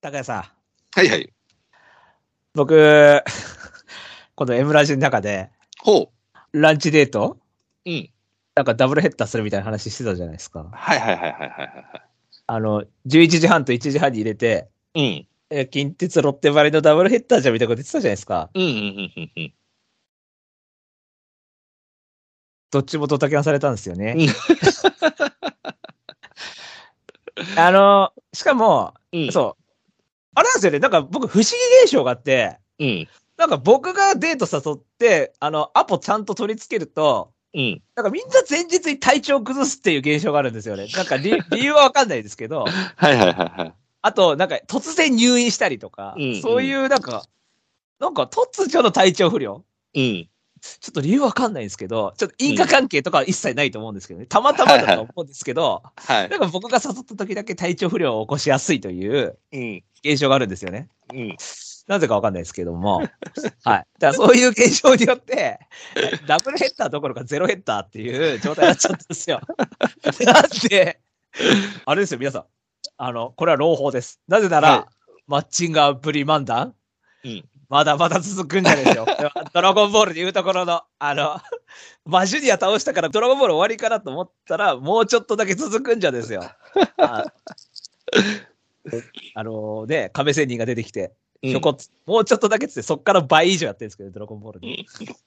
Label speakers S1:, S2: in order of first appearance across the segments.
S1: 高谷さん、
S2: はいはい。
S1: 僕、 この M ラジの中で、
S2: ほ
S1: ランチデート
S2: う。うん。
S1: なんかダブルヘッダーするみたいな話してたじゃないですか。
S2: はいはいはいはいはいは
S1: あの、11時半と1時半に入れて、
S2: い。
S1: え近鉄ロッテバリのダブルヘッダーじゃんみたいなこと言ってたじゃないですか。
S2: うん。うんうんうんうん
S1: どっちもドタキャンされたんですよね
S2: うん。
S1: あの、しかも、
S2: うん。う。
S1: そう。あれなんですよね。なんか僕、不思議現象があって、
S2: うん。
S1: なんか僕がデート誘って、あの、アポちゃんと取り付けると、
S2: うん。
S1: なんかみんな前日に体調崩すっていう現象があるんですよね。なんか 理理由はわかんないですけど、
S2: はいはいはいは
S1: あとなんか突然入院したりとか、
S2: うんうん
S1: そういうなんか、なんか突如の体調不良。
S2: い。
S1: ちょっと理由わかんないんですけど、ちょっと因果関係とかは一切ないと思うんですけどね。たまたまだと思うんですけど、
S2: うん。は
S1: なんか僕が誘った時だけ体調不良を起こしやすいという
S2: い。うん。
S1: 現象があるんですよね。
S2: うん。
S1: なぜかわかんないですけども。 はい。だからそういう現象によって、 ダブルヘッダーどころかゼロヘッダーっていう状態になっちゃったんですよ。 なんで、あれですよ、皆さん。あの、これは朗報です。なぜなら、
S2: は
S1: マッチングアプリ漫談、
S2: うん
S1: まだまだ続くんじゃない でしょう。これはドラゴンボールで言うところの、あの、マジュニア倒したからドラゴンボール終わりかなと思ったら、もうちょっとだけ続くんじゃですよ。ああのね、亀仙人が出てきて、ひょこっつもうちょっとだけっつって、そっから倍以上やってるんですけど、ドラゴンボールで。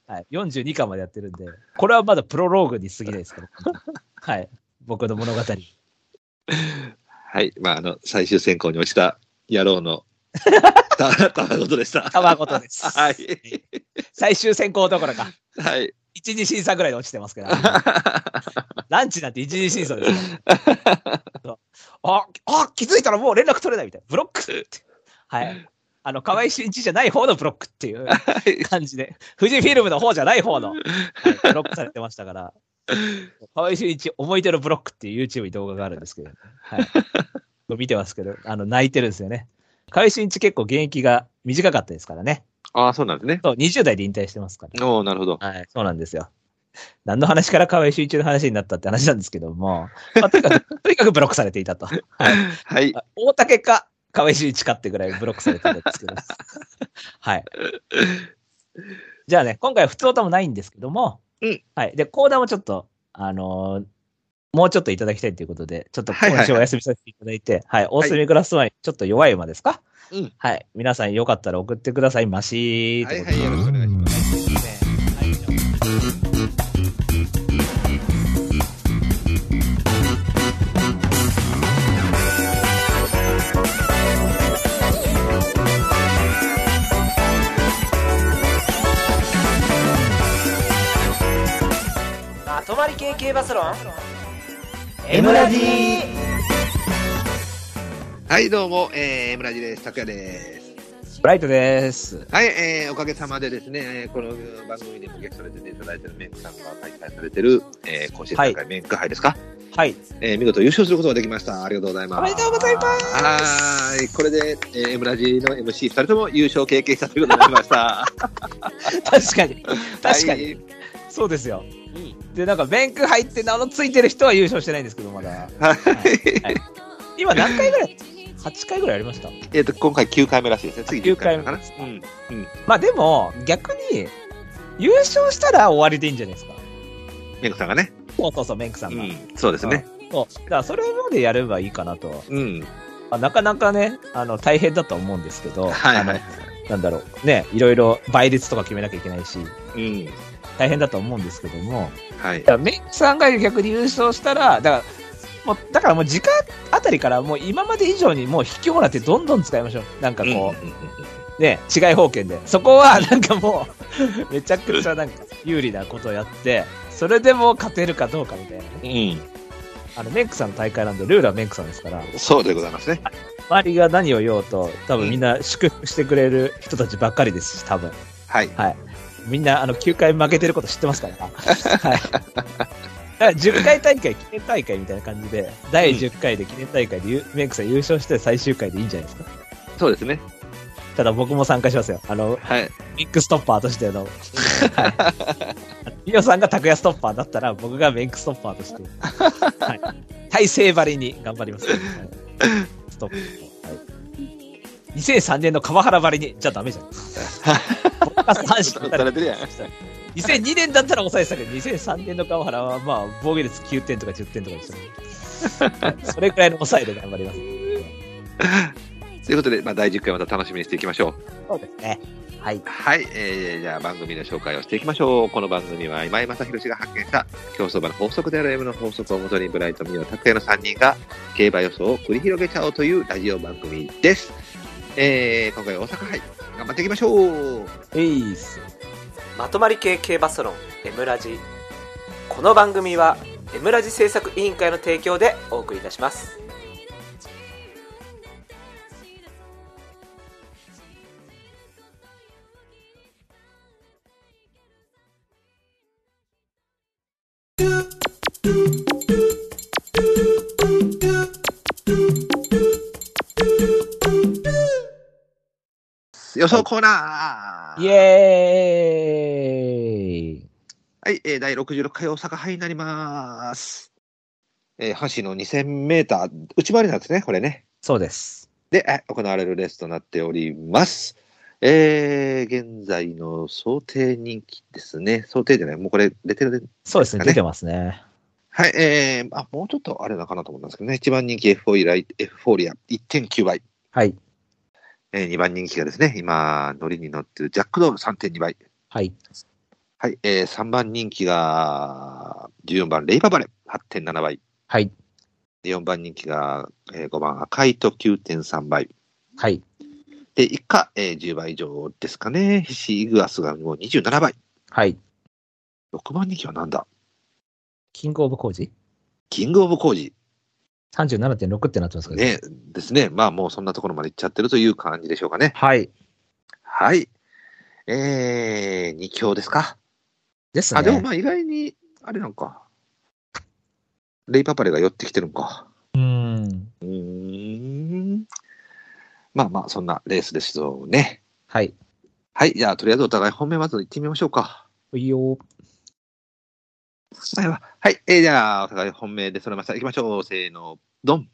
S1: はい、42巻までやってるんで、これはまだプロローグに過ぎないですから、はい、僕の物語。
S2: はい。まあ、あの、最終選考に落ちた野郎 の、た、たまごとでし た。
S1: たわごとです。
S2: はい。
S1: 最終選考どころか、
S2: はい。
S1: 一次審査ぐらいで落ちてます けど、ランチなんて一次審査ですから。ああ気づいたらもう連絡取れないみたいな。ブロックって。はい。あの、河合俊一じゃない方のブロックっていう
S2: はい。
S1: 感じで、富士フィルムの方じゃない方の、はいブロックされてましたから、河合俊一思い出のブロックっていう YouTube に動画があるんですけど、はい、見てますけど、あの、泣いてるんですよね。河合俊一結構現役が短かったですからね。
S2: ああ、そうなんですね。
S1: そう、20代で引退してますから。
S2: おおなるほど。
S1: はい、そうなんですよ。何の話から河合俊一の話になったって話なんですけども、まあとにか く、とにかくブロックされていたと。はい、
S2: はい。
S1: あ大竹か河合俊一かってぐらいブロックされてたんです けど。はい。じゃあね、今回は普通歌もないんですけども、
S2: うん
S1: はい。で、コーナーもちょっと、あのーもうちょっといただきたいということで、ちょっと
S2: はいはい
S1: 今
S2: はい
S1: 週お休みさせていただいて、はい、お住みください。ちょっと弱い馬ですか
S2: うん
S1: はい。皆さんよかったら送ってください。マシーということで。
S2: よろしくお願いします。
S1: はいじゃあまとまり系系バスロン
S3: M ラジ
S2: はい、どうも、えー、村地です。拓也です。
S1: ブライトです。
S2: はい、えー、おかげさまでですね、えーこの番組でもゲストで出ていただいてるメンクさんが開催されてる、えー、今シーズン大会メンク杯ですか、
S1: はい。
S2: えー見事優勝することができました。ありがとうございます。
S1: おめでとうございます
S2: はーい、これで、えー、M ラジの MC2 人とも優勝経験したということになりました。
S1: 確かに。 確か
S2: は
S1: に。
S2: い
S1: そうですよ。で、なんか、ベンク入って名のついてる人は優勝してないんですけど、まだ。
S2: はい。
S1: 今何回ぐらい ?8 回ぐらいありました。
S2: えっと、今回9回目らしいですね。次9回目かな。
S1: 九
S2: うん。
S1: まあでも、逆に、優勝したら終わりでいいんじゃないですか。
S2: メンクさんがね。
S1: そうそうそう、メンクさ
S2: うん
S1: が。
S2: ん。そうですね。
S1: そう。だから、それまでやればいいかなと。
S2: うん。
S1: まあなかなかね、あの、大変だとは思うんですけど、
S2: はいはい。
S1: あのなんだろう。ね、いろいろ倍率とか決めなきゃいけないし、
S2: うん。
S1: 大変だと思うんですけども、
S2: はい
S1: だ。からメンクさんが逆に優勝したら、だから、もう、だからもう時間あたりからもう今まで以上にもう引きもらってどんどん使いましょう。なんかこう、
S2: うんうんうんうん
S1: ね、違い保険で。そこは、 なんかもう、めちゃくちゃなんか、有利なことをやって、それでも勝てるかどうかみたいなね。
S2: う
S1: あの、メンクさんの大会なんで、ルールはメンクさんですから、
S2: ん、そうでございますね。
S1: 周りが何を言おうと、多分みんな祝福してくれる人たちばっかりですし、多分。
S2: はい。
S1: みんな、あの、9回負けてること知ってますから。はい。だから10回大会、記念大会みたいな感じで、第10回で記念大会でゆ、メンクさん優勝して最終回でいいんじゃないですか。
S2: そうですね。
S1: ただ僕も参加しますよ。あの、
S2: はい。
S1: ミックストッパーとしての、はい。ミオさんが拓也ストッパーだったら、僕がメンクストッパーとして、はい。体勢張りに頑張ります、はいストッパー。はい2003年の川原ばりに、じゃダメじゃん。僕が三振打たれ
S2: 打たれてるやん
S1: 2002年だったら抑えてたけど、2003年の川原は、まあ、防御率9点とか10点とかでした、ね。それくらいの抑えで頑張ります。
S2: ということで、まあ、第10回また楽しみにしていきましょう。
S1: そうですね。はい。
S2: はい、えー、じゃあ番組の紹介をしていきましょう。この番組は今井正弘が発見した競走馬の法則である M の法則をもとにブライトミオ拓也の3人が競馬予想を繰り広げちゃおうというラジオ番組です。えー、今回は大阪杯、頑張っていきましょう。
S1: えいっす。
S4: まとまり系系バソロンエムラジこの番組はエムラジ制作委員会の提供でお送りいたします
S2: 予想コーナー。
S1: イエーイ
S2: はい、えー、第66回大阪杯になります。えー、阪神の2000メーター、内回りなんですね、これね。
S1: そうです。
S2: で、え行われるレースとなっております。えー、現在の想定人気ですね。想定じゃない、もうこれ出てるね。
S1: そうですね。
S2: ですかね
S1: 出てますね。
S2: はい、えー、あ、もうちょっとあれなのかなと思ったんですけどね。1番人気エフフォーリア、エフフォーリア1.9倍。
S1: はい。
S2: えー、2番人気がですね、今、乗りに乗ってるジャックドール3.2倍。
S1: はい。
S2: はい、えー、3番人気が14番レイババレ8.7倍。
S1: はい。
S2: 4番人気が、えー、5番赤いと9.3倍。
S1: はい。
S2: で、以下、えー、10倍以上ですかね。ヒシイグアスがもう27倍。
S1: はい。
S2: 6番人気はなんだ
S1: キングオブコージ
S2: キングオブコージ。
S1: 37.6ってなってますけど。
S2: ね、ですね。まあもうそんなところまで行っちゃってるという感じでしょうかね。
S1: はい。
S2: はい。えー、2強ですか。
S1: ですね。
S2: あ、でもまあ意外に、あれなんか。レイパパレが寄ってきてるんか。
S1: うーん。
S2: うーん。まあまあ、そんなレースですよね。
S1: はい。
S2: はい。じゃあ、とりあえずお互い本命まず行ってみましょうか。
S1: いいよ。
S2: 前は。はい。えー、じゃあ、お互い本命で揃えました。行きましょう。せーの、ドン。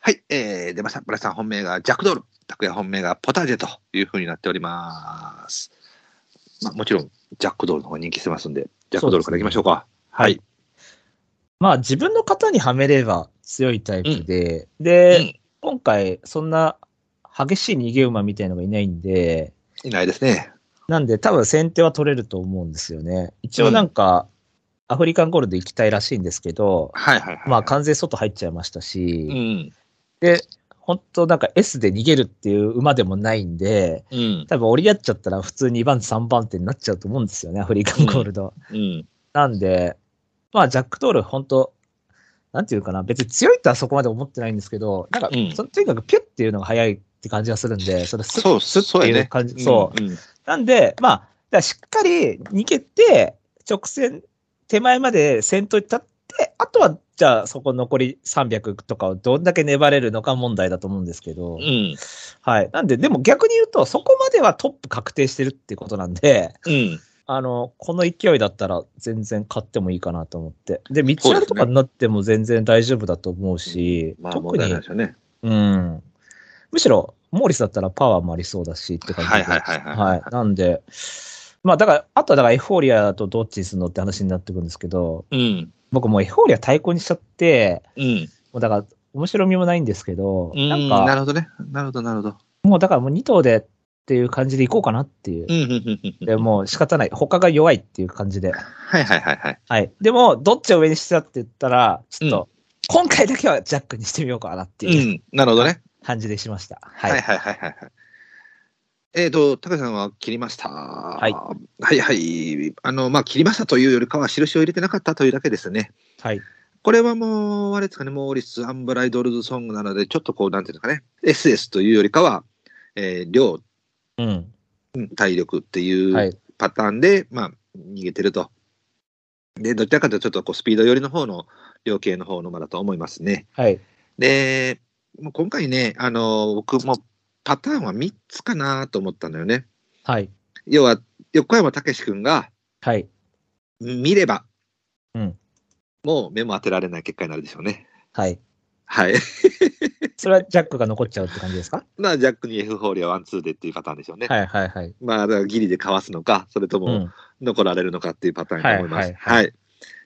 S2: はい。えー、出ました。村井さん本命がジャックドール。拓也本命がポタージェというふうになっております。まあ、もちろん、ジャックドールの方が人気してますんで、ジャックドールから行きましょうか。はい。
S1: まあ自分の型にはめれば強いタイプで、で、
S2: うん
S1: 今回そんな激しい逃げ馬みたいのがいないんで、
S2: いないですね。
S1: なんで多分先手は取れると思うんですよね。一応なんか、アフリカンゴールド行きたいらしいんですけど、
S2: はいはいはい。
S1: まあ完全外入っちゃいましたし、
S2: うん。
S1: で、本当なんか S で逃げるっていう馬でもないんで、
S2: うん。
S1: 多分折り合っちゃったら普通2番手3番手になっちゃうと思うんですよね、アフリカンゴールド。
S2: うん。
S1: なんで、まあ、ジャックドール、本当なんていうかな、別に強いとはそこまで思ってないんですけど、なんか、
S2: うん
S1: そとにかくピュッっていうのが早いって感じがするんで、それスッ
S2: そう
S1: スッっていう感じ。そう。
S2: うん。うん
S1: なんで、まあ、だからしっかり逃げて、直線、手前まで先頭に立って、あとは、じゃあ、そこ残り300とかをどんだけ粘れるのか問題だと思うんですけど、
S2: うん。
S1: はい。なんで、でも逆に言うと、そこまではトップ確定してるってことなんで、
S2: うん。
S1: あの、この勢いだったら全然買ってもいいかなと思って。で、3つ
S2: そう
S1: 割
S2: ですね
S1: とかになっても全然大丈夫だと思うし、
S2: まあ、問
S1: 特
S2: 題
S1: に、
S2: ないでしょうね。
S1: うん。むしろ、モーリスだったらパワーもありそうだしって感じで。
S2: はいはいはいはい
S1: はい。なんで、まあだから、あとはだからエフフォーリアとどっちにするのって話になってくるんですけど、
S2: うん。
S1: 僕もうエフフォーリア対抗にしちゃって、
S2: うん。
S1: もうだから、面白みもないんですけど、
S2: うん
S1: なん
S2: な
S1: か、
S2: るほどね。なるほど、なるほど。
S1: もうだからもう2頭でっていう感じでいこうかなっていう
S2: う。ん、うん、うんうん。うん
S1: で、もう仕方ない。他が弱いっていう感じで。
S2: はいはいはいはい。
S1: はい。でも、どっちを上にしてたって言ったら、ちょっ
S2: うん
S1: と、今回だけはジャックにしてみようかなって
S2: う、
S1: いうん
S2: なるほどね。
S1: 感じでしました。
S2: は
S1: はいい。
S2: はいはいはいはい。えっ、と、タケさんは切りました。はいはいはい。あの、まあ、切りましたというよりかは、印を入れてなかったというだけですね。
S1: はい。
S2: これはもう、あれですかね、モーリス・アンブライドルズ・ソングなので、ちょっとこう、なんていうんですかね、SS というよりかは、えー量、
S1: うん。
S2: 体力ってい
S1: は
S2: う
S1: い。
S2: パターンで、まあ、逃げてると。で、どちらかというと、ちょっとこう、スピード寄りの方の、量系の方の馬だと思いますね。
S1: はい。
S2: で、もう今回ね、あの僕もパターンは3つかなと思ったのよね。
S1: はい。
S2: 要は、横山武史君が
S1: はい。
S2: 見れば、
S1: うん
S2: もう目も当てられない結果になるでしょうね。
S1: はい。
S2: はい。
S1: それはジャックが残っちゃうって感じですか
S2: まあ、ジャックにエフフォーリアワンツーでっていうパターンでしょうね。
S1: はいはいはい。
S2: まあ、だからギリでかわすのか、それと
S1: う
S2: も
S1: ん。
S2: 残られるのかっていうパターンだと思います。は
S1: はいいはいはい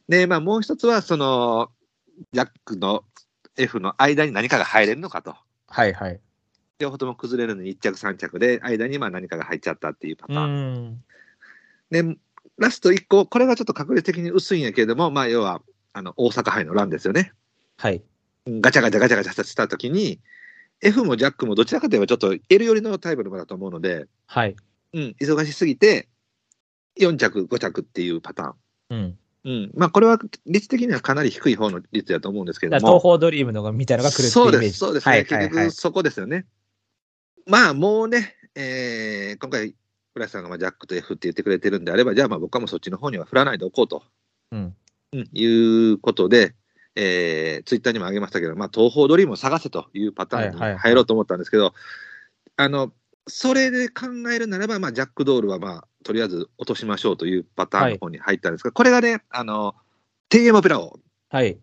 S2: で、まあ、もう一つは、その、ジャックの F の間に何かが入れるのかと。
S1: はいはい。
S2: 両方とも崩れるのに1着3着で、間にまあ何かが入っちゃったっていうパタ
S1: う
S2: ーン。
S1: ん。
S2: で、ラスト1個、これがちょっと確率的に薄いんやけれども、まあ、要は、あの、大阪杯の乱ですよね。
S1: はい。
S2: ガチャガチャガチャガチャした時に、F もジャックもどちらかといえばちょっと L 寄りのタイプの馬だと思うので、
S1: はい。
S2: うん、忙しすぎて、4着、5着っていうパター
S1: う
S2: ン。
S1: ん。
S2: うん、まあこれは率的にはかなり低い方の率だと思うんですけ
S1: だ
S2: ど
S1: から東
S2: も。
S1: 方ドリームのがみたいなのが来るってい
S2: そうう
S1: イメー
S2: で
S1: ジ。
S2: す、そうです、
S1: はいはい
S2: 結
S1: はい
S2: 局。そこですよね。まあもうね、えー今回、浦井さんがまあジャックと F って言ってくれてるんであれば、じゃあまあ僕はもうそっちの方には振らないでおこうと、
S1: うん
S2: うんいうことで、えーツイッターにもあげましたけど、まあ、東方ドリームを探せというパターンに
S1: はいはいはい
S2: 入ろうと思ったんですけど、あのそれで考えるならば、まあ、ジャックドールは、まあ、とりあえず落としましょうというパターンの方に入ったんですが、これがね、あの、TM オペラを
S1: はい。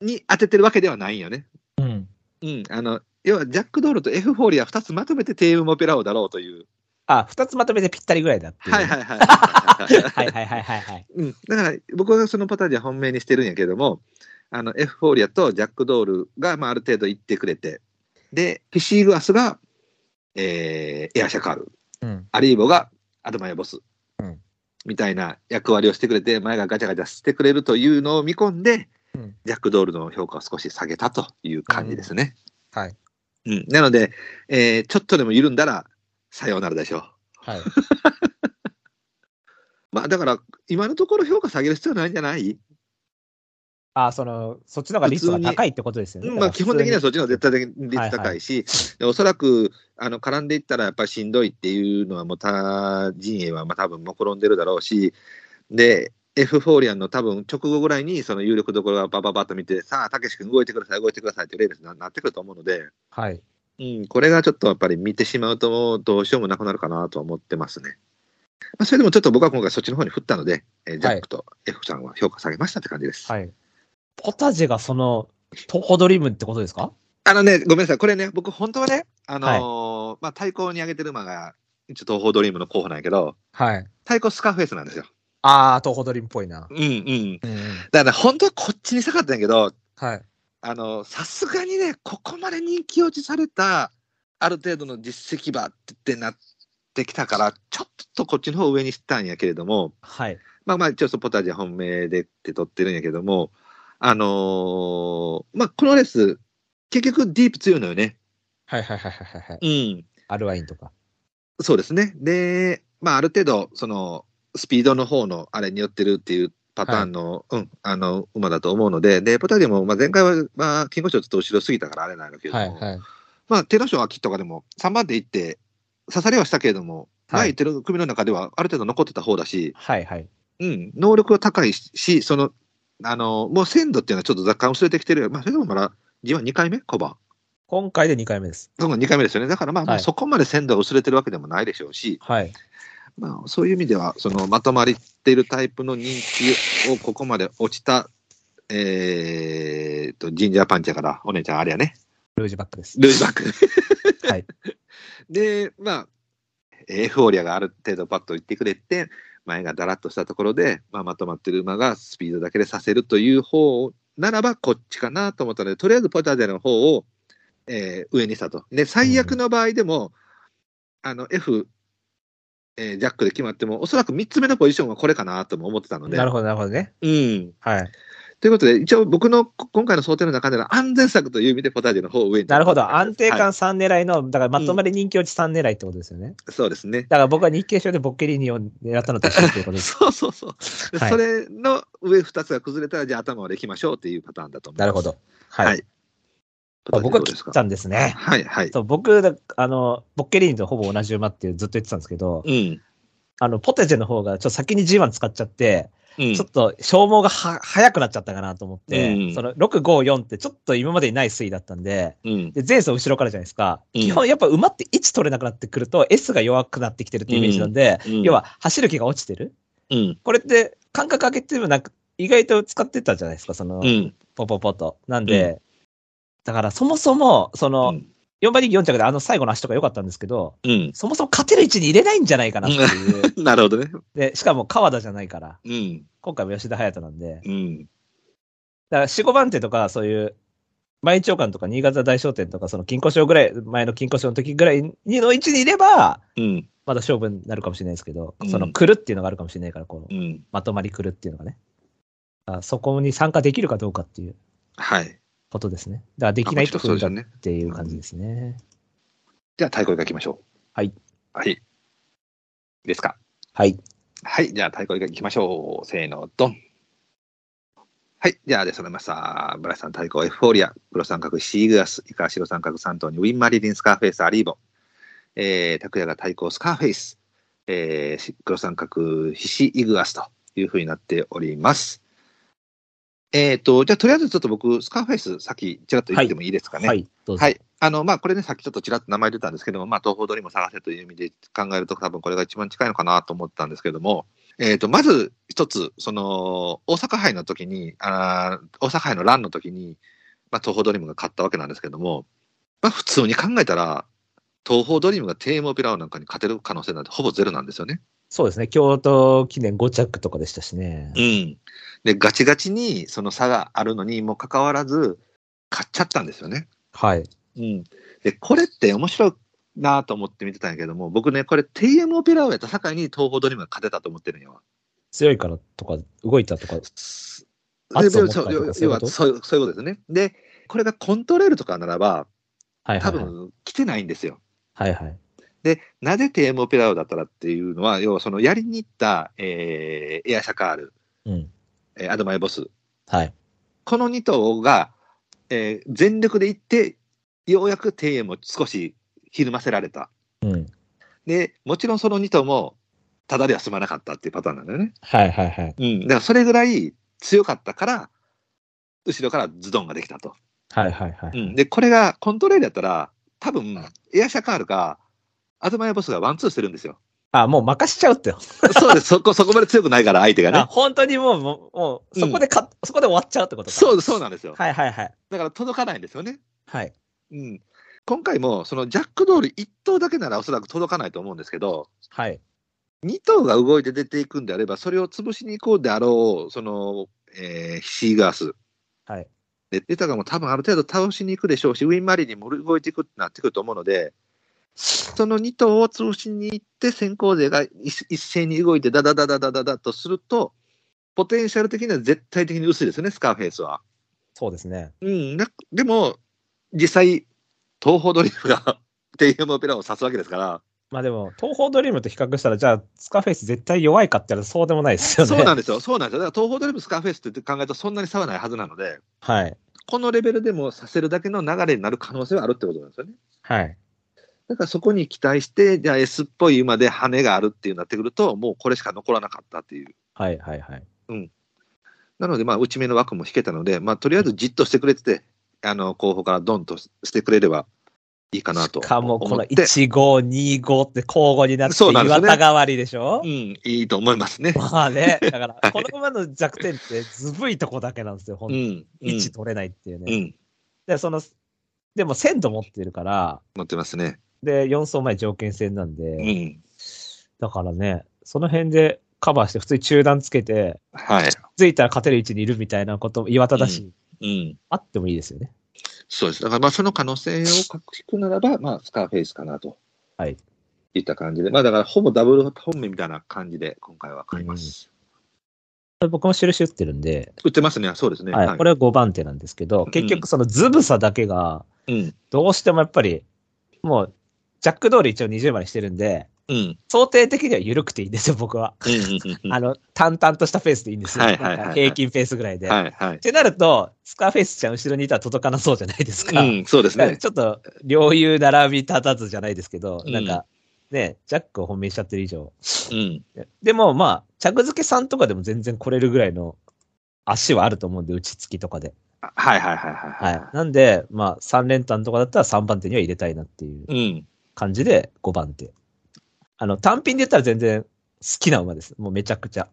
S2: に当ててるわけではないんよね。
S1: うん。
S2: うん、あの要はジャックドールとエフフォーリア2つまとめてテームモペラオだろうという。
S1: あ、二つまとめてぴったりぐらいだっていう。
S2: はいはいはいはい
S1: はいはいはいはいはい。
S2: うん、だから僕はそのパターンでは本命にしてるんやけども、あのエフフォーリアとジャックドールが、まあ、ある程度行ってくれて、で、フィシーグアスが、えーエアシャカール、
S1: うん。
S2: アリーボがアドマイアボス、
S1: うん
S2: みたいな役割をしてくれて、前がガチャガチャしてくれるというのを見込んで、
S1: うん
S2: ジャックドールの評価を少し下げたという感じですね。
S1: うん はい
S2: うん、なので、えーちょっとでも緩んだら、さようならでしょう。
S1: はい。
S2: まあだから、今のところ評価下げる必要ないんじゃない、
S1: あ、その、そっちの方が率が高いってことですよね。
S2: うんまあ基本的には
S1: そ
S2: そっちの方が絶対的に率高いし、でおそらくあの絡んでいったらやっぱりしんどいっていうのは、もう他陣営はまあ多分もくろんでるだろうし、で、F フォーリアンの多分直後ぐらいにその有力どころがばばばっと見て、さあ、たけし君動いてください、動いてくださいっていうレールにななってくると思うので、
S1: はい。
S2: うん、これがちょっとやっぱり見てしまうと、どうしようもなくなるかなとは思ってますね。まあ、それでもちょっと僕は今回そっちの方に振ったので、えージャックと F さんは評価下げましたって感じです。
S1: はい。ポタジェがその、トホドリームってことですか
S2: あのね、ごめんなさい、これね、僕、本当はね、あのーまあ、対抗に挙げてる馬が、一応、東方ドリームの候補なんやけど、
S1: はい。
S2: 対抗スカーフェイスなんですよ。
S1: ああ、トホドリームっぽいな。
S2: うんうん。
S1: うんうん。
S2: だから、本当はこっちにしたかったんやけど、
S1: はい。
S2: あのーさすがにね、ここまで人気落ちされた、ある程度の実績馬ってなってきたから、ちょっとこっちの方を上にしたんやけれども、
S1: はい。
S2: まあまあ、ちょっとポタージェ本命でって取ってるんやけども、あのーまあ、このレース、結局、ディープ強いのよね。
S1: はいはいはいはいはい。
S2: うん。
S1: アルワインとか。
S2: そうですね。で、まあ、ある程度、その、スピードの方のあれによってるっていうパターンの、うん、あの、馬だと思うので、で、ポタリアも、まあ、前回は、まあ、金庫賞ちょっと後ろ過ぎたからあれなんだけども、
S1: い。
S2: まあ、テノ賞はきっとかでも、3番手行って、刺されはしたけれども、
S1: はい
S2: 前行ってる組の中ではある程度残ってた方だし、
S1: はいはい。
S2: うん、能力は高いし、その、あの、もう鮮度っていうのはちょっと若干薄れてきてる。まあ、それでもまだ、自分は2回目小判。
S1: 今回で2回目です。
S2: そうか、2回目ですよね。だからまあ、まあ
S1: はい
S2: そこまで鮮度が薄れてるわけでもないでしょうし、
S1: はい。
S2: まあ、そういう意味では、そのまとまりってるタイプの人気をここまで落ちた、えー、と、ジンジャーパンチやから、お姉ちゃん、あれやね、
S1: ルージュバックです。
S2: ルージバック。
S1: はい。
S2: で、まあ、エフフォーリアがある程度パッと行ってくれて、前がだらっとしたところで、まあ、まとまってる馬がスピードだけでさせるという方ならば、こっちかなと思ったので、とりあえずポタジェの方を、えー上にしたと。で、最悪の場合でも、あの、F、えージャックで決まっても、おそらく3つ目のポジションはこれかなとも思ってたので。
S1: なるほどなるほどね。
S2: うん。
S1: はい。
S2: ということで、一応僕のこ今回の想定の中での安全策という意味でポタージェの方を上に。
S1: なるほど。安定
S2: は
S1: 感3狙いの、だからまとまり人気落ち3狙いってことですよね。
S2: い。そうですね。
S1: だから僕は日経賞でボッケリーニを狙ったのと一緒っていうことで す。
S2: そうそうそう。で
S1: はい
S2: それの上2つが崩れたら、じゃあ頭までいきましょうっていうパターンだと思いま
S1: な
S2: す。
S1: るほ。ど。はい。
S2: はいポタージェ
S1: 僕は
S2: どう
S1: 切
S2: ですか
S1: ったんですね。
S2: はいはい。
S1: そう僕だ、あの、ボッケリーニとほぼ同じ馬ってずっと言ってたんですけど、
S2: うん。
S1: あの、ポテチェの方がちょっと先に G1 使っちゃって、
S2: うん
S1: ちょっと消耗がは早くなっちゃったかなと思って、
S2: うん
S1: その654ってちょっと今までにない推移だったんで、
S2: うん。
S1: で前走後ろからじゃないですか。
S2: うん
S1: 基本やっぱ馬って位置取れなくなってくると S が弱くなってきてるってイメージなんで、
S2: うんうん
S1: 要は走る気が落ちてる。
S2: うん。
S1: これって感覚上げてもなく、意外と使ってたじゃないですか、その、
S2: うん。
S1: ポポポと。なんで、だからそもそも、その、
S2: うん
S1: 4倍人気4着であの最後の足とか良かったんですけど、
S2: うん。
S1: そもそも勝てる位置に入れないんじゃないかなって いう。
S2: なるほどね。
S1: で、しかも川田じゃないから、
S2: うん。
S1: 今回も吉田隼人なんで、
S2: うん。
S1: だから4、5番手とか、そういう、毎長官とか新潟大商店とか、その金庫賞ぐらい、前の金庫賞の時ぐらいにの位置にいれば、
S2: うん。
S1: まだ勝負になるかもしれないですけど、
S2: うん
S1: その来るっていうのがあるかもしれないから、この
S2: うん。
S1: まとまり来るっていうのがね。あそこに参加できるかどうかっていう
S2: はい。
S1: ことですね。だからできないと
S2: あもち
S1: 不
S2: ろんそう
S1: 利だ
S2: ですよね
S1: っていう感じですね。
S2: じゃあ、太鼓いきましょう。
S1: はい。
S2: はい。ですか。
S1: はい。
S2: はい。じゃあ、太鼓いきましょう。せーの、ドン。はい。じゃあ、で、揃いました。ブラシさん、太鼓、エフフォーリア、黒三角、シーグラス、イカ白三角、三頭に、ウィンマリリン、スカーフェイス、アリーボ。えー、拓也が太鼓、スカーフェイス。えー、黒三角、ヒシ、イグアスというふうになっております。えっ、と、じゃあ、とりあえずちょっと僕、スカーフェイス、さっき、ちらっと言ってもいいですかね。
S1: はい。どうぞ。
S2: はい。あの、まあ、これね、さっきちょっとちらっと名前出たんですけども、まあ、東方通りも探せという意味で考えると、多分これが一番近いのかなと思ったんですけども、えっ、と、まず一つ、その、大阪杯の時に、あー大阪杯の乱の時に、まあ、東方ドリームが勝ったわけなんですけども、まあ、普通に考えたら、東方ドリームがテームオペラオなんかに勝てる可能性なんてほぼゼロなんですよね。
S1: そうですね。京都記念5着とかでしたしね。
S2: うん。で、ガチガチにその差があるのにもかかわらず、勝っちゃったんですよね。
S1: はい。
S2: うん、でこれって面白いなと思って見てたんやけども僕ねこれ TM オペラをやった境に東方ドリームが勝てたと思ってるんやわ。
S1: 強いからとか、動いたとか。
S2: で
S1: 圧を持った
S2: そ
S1: とか
S2: う要
S1: そう
S2: 要
S1: いう
S2: は
S1: こと
S2: そういうそういうことですね。でこれがコントレールとかならば
S1: はいはい
S2: 多
S1: はい。
S2: 分来てないんですよ。
S1: はいはい。
S2: でなぜ TM オペラをだったらっていうのは要はそのやりに行った、えーエアシャカール、
S1: うん。
S2: えーアドマイボス
S1: はい。
S2: この2頭が、えー全力で行ってようやく TM を少しひるませられた。
S1: うん。
S2: で、もちろんその2頭も、ただでは済まなかったっていうパターンなんだよね。
S1: はいはいはい。
S2: うん。だからそれぐらい強かったから、後ろからズドンができたと。
S1: はいはいは
S2: う
S1: い。
S2: ん。で、これがコントレールやったら、多分、エアシャカールか、アズマヤボスがワンツーしてるんですよ。
S1: あ、もう任しちゃうって。
S2: そう です。そこ、そこまで強くないから、相手が
S1: あ、
S2: ね。
S1: 本当にもう、もう、もうそこでか、そこで終わっちゃうってことか。
S2: そう、そうなんですよ。
S1: はいはいはい。
S2: だから届かないんですよね。
S1: はい。
S2: うん。今回も、そのジャックドール1頭だけならおそらく届かないと思うんですけど、
S1: はい。
S2: 2頭が動いて出ていくんであれば、それを潰しに行こうであろう、その、えーシーガース。
S1: はい。
S2: で、出たかも多分ある程度倒しに行くでしょうし、ウィン・マリにも動いていくってなってくると思うので、その2頭を潰しに行って、先行勢が一一斉に動いて、ダダダダダダダとすると、ポテンシャル的には絶対的に薄いですよね、スカーフェイスは。
S1: そうですね。
S2: うん、なでも、実際、東方ドリフが TM オペラを指すわけですから、
S1: まあでも、東方ドリームと比較したら、じゃあ、スカーフェイス絶対弱いかって言ったらそうでもないですよね。
S2: そうなんですよ、そうなんですよ。だから東方ドリフ、スカーフェイスって考えるとそんなに差はないはずなので、
S1: はい。
S2: このレベルでもさせるだけの流れになる可能性はあるってことなんですよね。
S1: はい。
S2: だからそこに期待して、じゃあ S っぽい馬で羽があるっていうなってくると、もうこれしか残らなかったっていう。
S1: はいはいはい。
S2: なので、まあ、内目の枠も引けたので、まあ、とりあえずじっとしてくれてて、あの、候補からドンとしてくれればいいかなと
S1: しかも、この
S2: 思って
S1: 1、5、2、5って交互になって、
S2: そうなんです
S1: 岩
S2: ね
S1: 田代わりでしょ
S2: うん、いいと思いますね。
S1: まあね、だから、この馬の弱点って、ずぶいとこだけなんですよ、ほん
S2: う
S1: と。
S2: ん。
S1: 位置取れないっていう
S2: うん。う
S1: ね。
S2: ん。
S1: で、その、でも鮮度持ってるから、
S2: 持ってますね。
S1: で、4走前条件戦なん
S2: う
S1: で、
S2: ん。
S1: だからね、その辺でカバーして、普通に中断つけて、
S2: はい。
S1: ついたら勝てる位置にいるみたいなことも岩田だし、
S2: うん。
S1: あってもいいですよね。
S2: そうです。だから、まあ、その可能性を隠しくならば、まあ、スカーフェイスかなと。
S1: はい。
S2: いった感じで。まあ、だから、ほぼダブル本命みたいな感じで、今回は買います。
S1: 僕も印打ってるんで、
S2: 売ってますね。そうですね。
S1: はい、これは5番手なんですけど、結局そのズブさだけが、
S2: うん。
S1: どうしてもやっぱり、もう、ジャック通り一応20番にしてるんで、
S2: うん。
S1: 想定的には緩くていいんですよ、僕は。
S2: うんうんうん
S1: あの、淡々としたペースでいいんですよ。
S2: はいはいはいはい
S1: 平均ペースぐらいで。
S2: はいはい
S1: っ。てなると、スカーフェイスちゃん後ろにいたら届かなそうじゃないですか。
S2: うん、そうです ね。
S1: ちょっと、両雄並び立たずじゃないですけど、
S2: うん
S1: なんか、ね、ジャックを本命にしちゃってる以上。
S2: うん。
S1: でも、まあ、着付けさんとかでも全然来れるぐらいの足はあると思うんで、打ち付きとかで。
S2: あはいはいはいは
S1: はいい。なんで、まあ、3連単とかだったら3番手には入れたいなっていう
S2: はい。うん。
S1: 感じで、5番手。あの、単品で言ったら全然好きな馬です。もうめちゃくちゃ。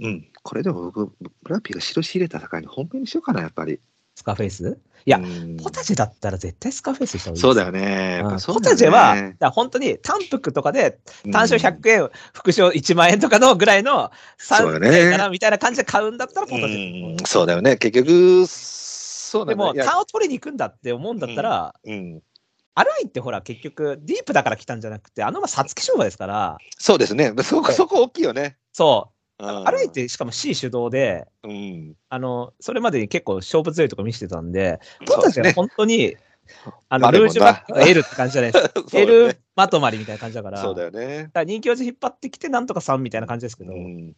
S2: うん。これでも僕、ブラッピーが白仕入れた境に本命にしようかな、やっぱり。
S1: スカフェイスいや、
S2: うん
S1: ポタジェだったら絶対スカフェイスした方がいいです
S2: そ
S1: よ。
S2: うだよね。やっ
S1: うん
S2: ぱそう
S1: ポ
S2: だ
S1: タ
S2: よ
S1: ジェ
S2: ね
S1: は、だから本当に単服とかで、単勝100円、副賞1万円とかのぐらいの
S2: そうだ
S1: 3
S2: ね
S1: 円かなみたいな感じで買うんだったらポ
S2: う
S1: タ
S2: ん
S1: ジェ。
S2: うんそうだよね。結局、そう
S1: で
S2: だ
S1: も、
S2: よね。いや
S1: 単を取りに行くんだって思うんだったら、
S2: うん、
S1: アラインってほら、結局、ディープだから来たんじゃなくて、あの馬、皐月賞馬ですから、
S2: そうですね。そこ、そこ大きいよね。
S1: そ
S2: うん
S1: う、アラインっ、てしかも C 主導で、
S2: うん。
S1: あの、それまでに結構勝負強いとこ見せてたんで、ポ
S2: そうで
S1: タ
S2: す
S1: ジ
S2: ね
S1: ェは本当に、あの、
S2: 悪い
S1: ル
S2: もん
S1: ージ
S2: な
S1: ュバックが L って感じじゃないですか。
S2: そうだよ
S1: L
S2: ね。
S1: まとまりみたいな感じだから、
S2: そうだ
S1: だか
S2: よね。
S1: ら人気を引っ張ってきて、なんとか3みたいな感じですけど、
S2: うん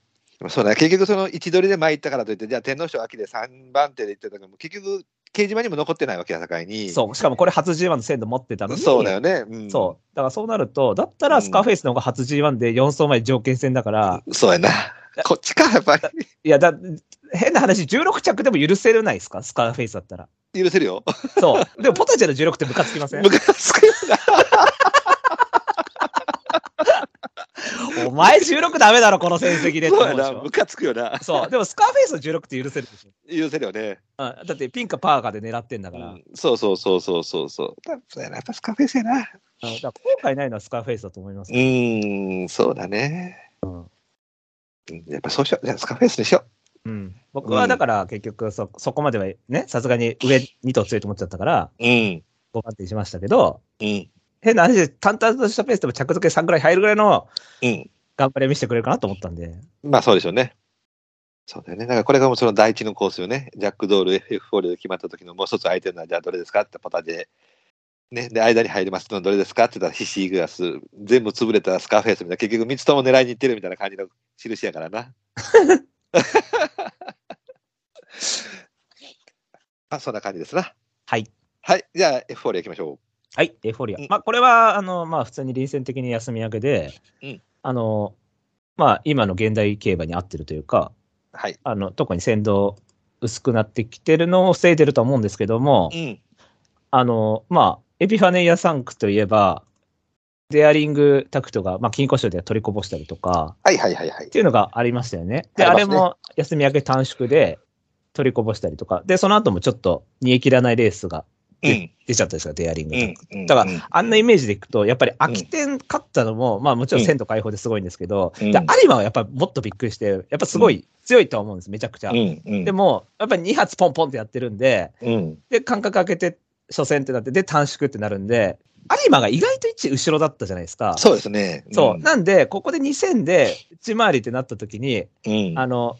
S2: そうだね、結局、その位置取りで参ったからといって、じゃあ天皇賞秋で3番手で行ってたけども、結局、掲示板にも残ってないわけや、境に。
S1: そう、しかもこれ初 G1 の鮮度持ってたのに、
S2: そうだよね。うん
S1: そう。だからそうなると、だったらスカーフェイスの方が初 G1 で4走前条件戦だから、
S2: そうやな。こっちか、やっぱり。
S1: いや、だ、変な話、16着でも許せるないですかスカーフェイスだったら。
S2: 許せるよ。
S1: そう。でも、ポタジェの16ってムカつきません
S2: ムカつくよな。
S1: お前16ダメだろ、この成績でって
S2: そう
S1: 思
S2: や
S1: うでし
S2: な。ム
S1: ょ。
S2: カつくよな。
S1: そう。でも、スカーフェイスの16って許せるでしょ。
S2: 許せるよね。
S1: うんだって、ピンかパーかで狙ってんだ
S2: う
S1: から。うん
S2: んそうそうそうそうそうそう。そうやな。やっぱスカフェせな。
S1: だから後悔ないのはスカーフェイスだと思います
S2: う。ーん、そうだね。うんやっぱそうしよう。じゃあスカフェスにしよ
S1: うん。僕は、だから、結局、そ、そこまではね、さすがに上2頭強いと思っちゃったから、
S2: う。うん。
S1: 5番手にしましたけど、
S2: うん。
S1: 変な話で、淡々としたペースでも着付け3ぐらい入るぐらいの
S2: うん。
S1: 頑張りを見せてくれるかなと思ったんで。
S2: まあそうでしょうね。そうだよね。だからこれがもうその第一のコースよね。ジャックドール、FF4 で決まった時のもう一つ空いてるのは、じゃあどれですかってポタジェ。ね。で、間に入りますのどれですかって言ったら、ヒシーグラス。全部潰れたらスカフェスみたいな。結局3つとも狙いにいってるみたいな感じの印やから な。まあそんな感じですな。
S1: はい。
S2: はい。じゃあ F4 で行きましょ
S1: はい、エフフォリア。
S2: うん
S1: まあ、これは、あの、まあ、普通に臨戦的に休み明けで、
S2: うん
S1: あの、まあ、今の現代競馬に合ってるというか、
S2: う。はい。
S1: あの、特に先導薄くなってきてるのを防いでるとは思うんですけども、
S2: うん。
S1: あの、まあ、エピファネイア産区といえば、デアリングタクトが、まあ、金庫賞で取りこぼしたりとか、
S2: はいはいはいはい
S1: っ。ていうのがありましたよね。で、
S2: あ
S1: あ
S2: りますね
S1: れも休み明け短縮で取りこぼしたりとか、で、その後もちょっと煮え切らないレースが
S2: うん。
S1: 出ちゃったんですよ、デアリングタクト。
S2: うん
S1: だか
S2: うん
S1: あんなイメージでいくと、やっぱり秋天勝ったのも、まあもちろん鮮度解放ですごいんですけど、
S2: うん
S1: で有馬はやっぱりもっとびっくりして、やっぱすごい強いとは思うんです、めちゃくちゃ。
S2: うんうん
S1: でも、やっぱり2発ポンポンってやってるんで、
S2: うん。
S1: で、間隔空けて、初戦ってなって、で、短縮ってなるんで、有馬が意外と一後ろだったじゃないですか。
S2: そうですね。
S1: そう。なんで、ここで2戦で内回りってなった時に、
S2: うん。うん
S1: あの、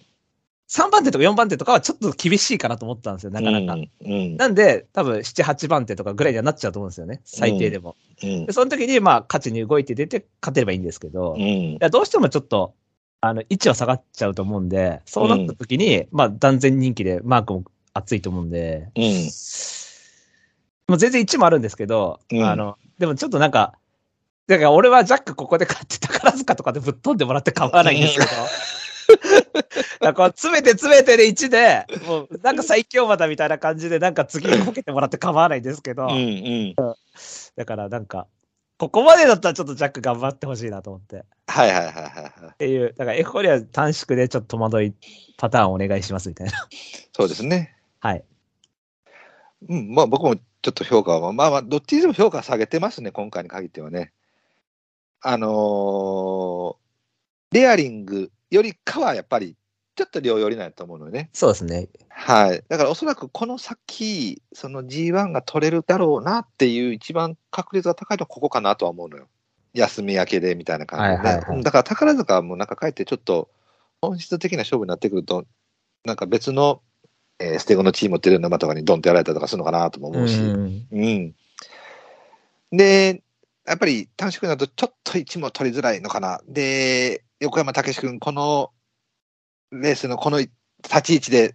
S1: 3番手とか4番手とかはちょっと厳しいかなと思ったんですよ、なかなか。
S2: うんうん
S1: なんで、多分7、8番手とかぐらいにはなっちゃうと思うんですよね、最低でも。
S2: うん
S1: で、その時に、まあ、勝ちに動いて出て、勝てればいいんですけど、
S2: う
S1: い
S2: ん
S1: やどうしてもちょっと、あの、位置は下がっちゃうと思うんで、そうなった時に、まあ、断然人気で、マークも熱いと思うんで、
S2: うん
S1: もう全然1もあるんですけど、
S2: うん
S1: あの、でもちょっとなんか、だから俺はジャックここで勝って宝塚とかでぶっ飛んでもらって構わないんですけど。 だからこう詰めて詰めてで1で、もうなんか最強馬だみたいな感じで、なんか次にこけてもらって構わないんですけど、
S2: うんうん
S1: だからなんか、ここまでだったらちょっとジャック頑張ってほしいなと思って。っ
S2: はいはいはいはいはい。
S1: ていう、だからエフフォリア短縮でちょっと戸惑いパターンお願いしますみたいな。
S2: そうですね。
S1: はい。
S2: うん、まあ僕もちょっと評価は、まあまあ、どっちにしても評価は下げてますね、今回に限ってはね。あのーレアリングよりかはやっぱり、ちょっと量寄りなんやと思うのよね。
S1: そうですね。
S2: はい。だからおそらくこの先、その G1 が取れるだろうなっていう一番確率が高いのはここかなとは思うのよ。休み明けでみたいな感
S1: は
S2: じで、ね
S1: いはいはい
S2: うんだから宝塚はもうなんかかえってちょっと本質的な勝負になってくると、なんか別の、えー捨て子のチームを出る馬とかにドンってやられたりとかするのかなとも思うし。
S1: ん。
S2: うん。で、やっぱり短縮だとちょっと位置も取りづらいのかな。で、横山武史君、このレースのこの立ち位置で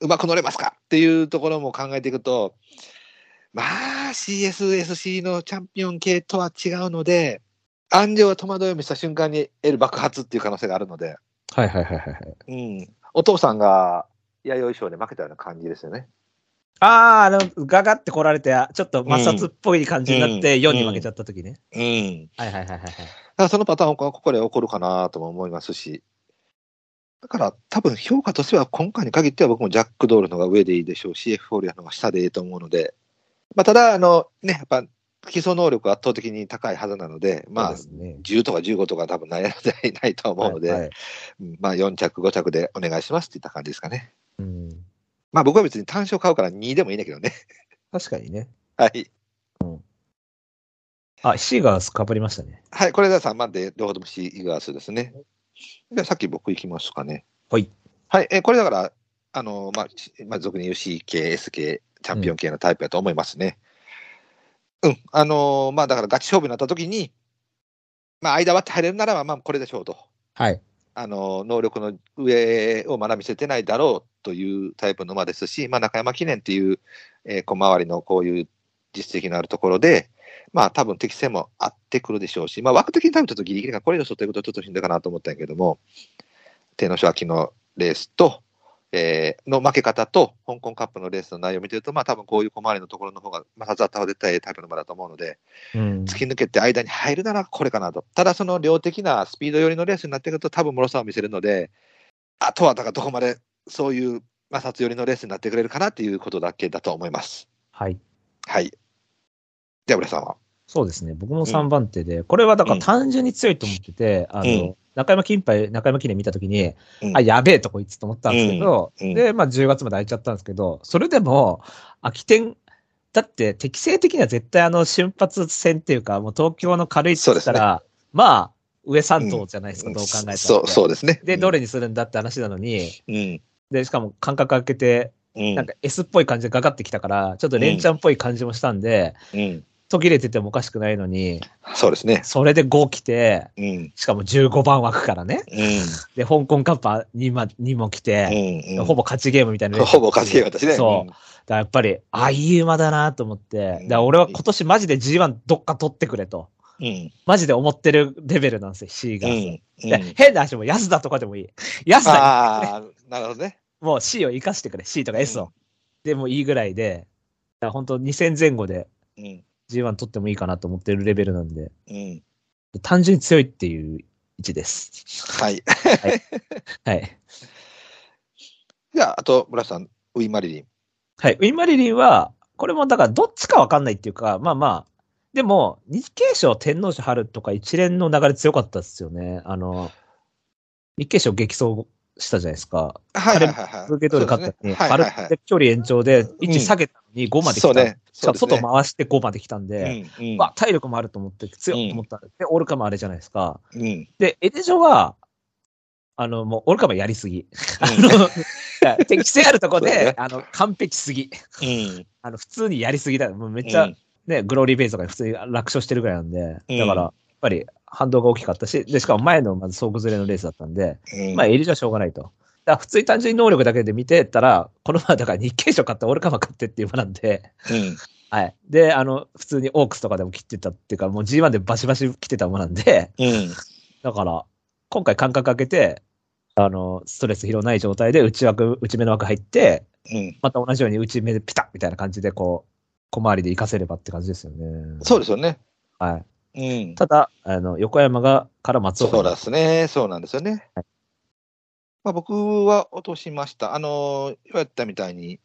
S2: うまく乗れますかっていうところも考えていくと、まあ、CSSC のチャンピオン系とは違うので、安城は戸惑いを見せた瞬間に L 爆発っていう可能性があるので、
S1: はいはいはいはい。
S2: うん。お父さんが弥生賞で負けたような感じですよね。
S1: あー、あの、ガガって来られて、あちょっと摩擦っぽい感じになって
S2: うん
S1: 4に負けちゃった時ね。
S2: うん。
S1: はいはいはいはいはい。
S2: だからそのパターンはここで起こるかなとも思いますし、だから多分評価としては今回に限っては僕もジャック・ドールの方が上でいいでしょうし、エフフォーリアの方が下でいいと思うので、まあ、ただ、あの、ね、やっぱ基礎能力は圧倒的に高いはずなので、まあ、
S1: そうですね
S2: 10とか15とか多分悩んでいないとは思うので、
S1: はいはい
S2: うんまあ4着、5着でお願いしますって言った感じですかね。
S1: うん、
S2: まあ僕は別に単勝買うから2でもいいんだけどね。
S1: 確かにね。
S2: はい。
S1: あ、シーガースかぶりましたね。
S2: はい、これが3番で両方ともシーガースですね。でさっき僕行きますかね。
S1: はい。
S2: はい、えーこれだから、あのーまあ、しまあ、俗に言う C 系、S 系、チャンピオン系のタイプだと思いますね。うん、あのーまあ、だからガチ勝負になった時に、まあ、間割って入れるならば、まあ、これでしょうと。
S1: はい。
S2: あのー能力の上をまだ見せてないだろうというタイプの馬ですし、まあ、中山記念っていう、えー小回りのこういう実績のあるところで、まあ、多分適性も合ってくるでしょうし、まあ、枠的に多分ちょっとギリギリがこれ予想ということはちょっとしんどいかなと思ったんやけども、天皇賞秋のレースと、えーの負け方と、香港カップのレースの内容を見てると、まあ、多分こういう小回りのところの方が、まあ、ザッタは絶対ええタイプの馬だと思うので、
S1: うん。
S2: 突き抜けて間に入るならこれかなと。ただその量的なスピード寄りのレースになってくると多分脆さを見せるので、あとはだからどこまでそういう摩擦寄りのレースになってくれるかなっていうことだけだと思います。
S1: はい。
S2: はい。では、浦さんは。
S1: そうですね。僕も3番手で、これはだから単純に強いと思ってて、あの、中山金杯、中山記念見たときに、
S2: うん
S1: あ、やべえとこいつと思ったんですけど、
S2: うんうん
S1: で、まあ10月まで空いちゃったんですけど、それでも、秋天、だって適性的には絶対あの瞬発戦っていうか、もう東京の軽いって言ったら、まあ、上3頭じゃないですか、どう考えたら。
S2: そう、そうですね。
S1: で、ど
S2: れ
S1: れにするんだって話なのに、
S2: うん。
S1: で、しかも間隔空けて、
S2: うん。
S1: なんか S っぽい感じでかかってきたから、ちょっと連チャンっぽい感じもしたんで、
S2: うん。
S1: 途切れててもおかしくないのに、
S2: そうですね。
S1: それで5来て、
S2: うん。
S1: しかも15番枠からね。
S2: うん。
S1: で、香港カッパにまにも来て、
S2: うん。うん
S1: ほぼ勝ちゲームみたいな。
S2: ほぼ勝ち私ね。
S1: そう。だからやっぱり、ああ、いい馬だなと思って。だから俺は今年マジで G1 どっか取ってくれと。
S2: うん。うん。
S1: マジで思ってるレベルなんですよ、C
S2: う
S1: が。
S2: ん。う
S1: で
S2: ん。
S1: 変な話も安田とかでもいい。安田
S2: ああ、なるほどね。
S1: もう C を生かしてくれ、C とか S を。でもいいぐらいで、だから本当2000前後で
S2: うん。
S1: G1 取ってもいいかなと思ってるレベルなんで、
S2: うん。
S1: 単純に強いっていう位置です。
S2: はい。
S1: はい。
S2: じゃあ、あと、村瀬さん、ウィン・マリリン。
S1: はい。ウィン・マリリンは、これもだからどっちかわかんないっていうか、まあまあ、でも、日経賞、天皇賞、春とか一連の流れ強かったですよね。あの、日経賞激走したじゃないですか。
S2: はいはいはいはい。
S1: 受け取る勝ったのに、
S2: そうですねはいはい
S1: 春
S2: は
S1: で
S2: い。
S1: 距離延長で位置下げたのに5まで来た。
S2: そうね。
S1: しかも
S2: そうで
S1: 外
S2: すね
S1: 回して5まで来たんで、
S2: うんうん
S1: まあ体力もあると思って強いと思ったんで、でオルカもあれじゃないですか。
S2: うんうん
S1: で、エデジョは、あの、もうオルカもやりすぎ。あの、 適性あるとこ
S2: そうだ
S1: で
S2: ね、
S1: あの、完璧すぎ。
S2: うん
S1: あの、普通にやりすぎだ。もうめっちゃ、ね、グローリーベースとかに普通に楽勝してるぐらいなんで、
S2: うん
S1: だから、やっぱり反動が大きかったし、で、しかも前のまず総崩れのレースだったんで、
S2: うん
S1: まあ、エリじゃしょうがないと。だから普通に単純に能力だけで見てたら、この馬はだから日経賞買ったオルカマ買ってっていう馬なんで、
S2: うん
S1: はい。で、あの、普通にオークスとかでも切ってたっていうか、もう G1 でバシバシ来てた馬なんで、
S2: うん
S1: だから、今回間隔空けて、あの、ストレス疲労ない状態で内枠、内目の枠入って、
S2: うん
S1: また同じように内目でピタッみたいな感じで、こう、小回りで活かせればって感じですよね。
S2: そうですよね。
S1: はい。
S2: うん。
S1: ただ、あの、横山が、から松
S2: そう
S1: 岡
S2: で
S1: が。
S2: すね。そうなんですよね。まあ僕は落としました。あのー、言われたみたいに、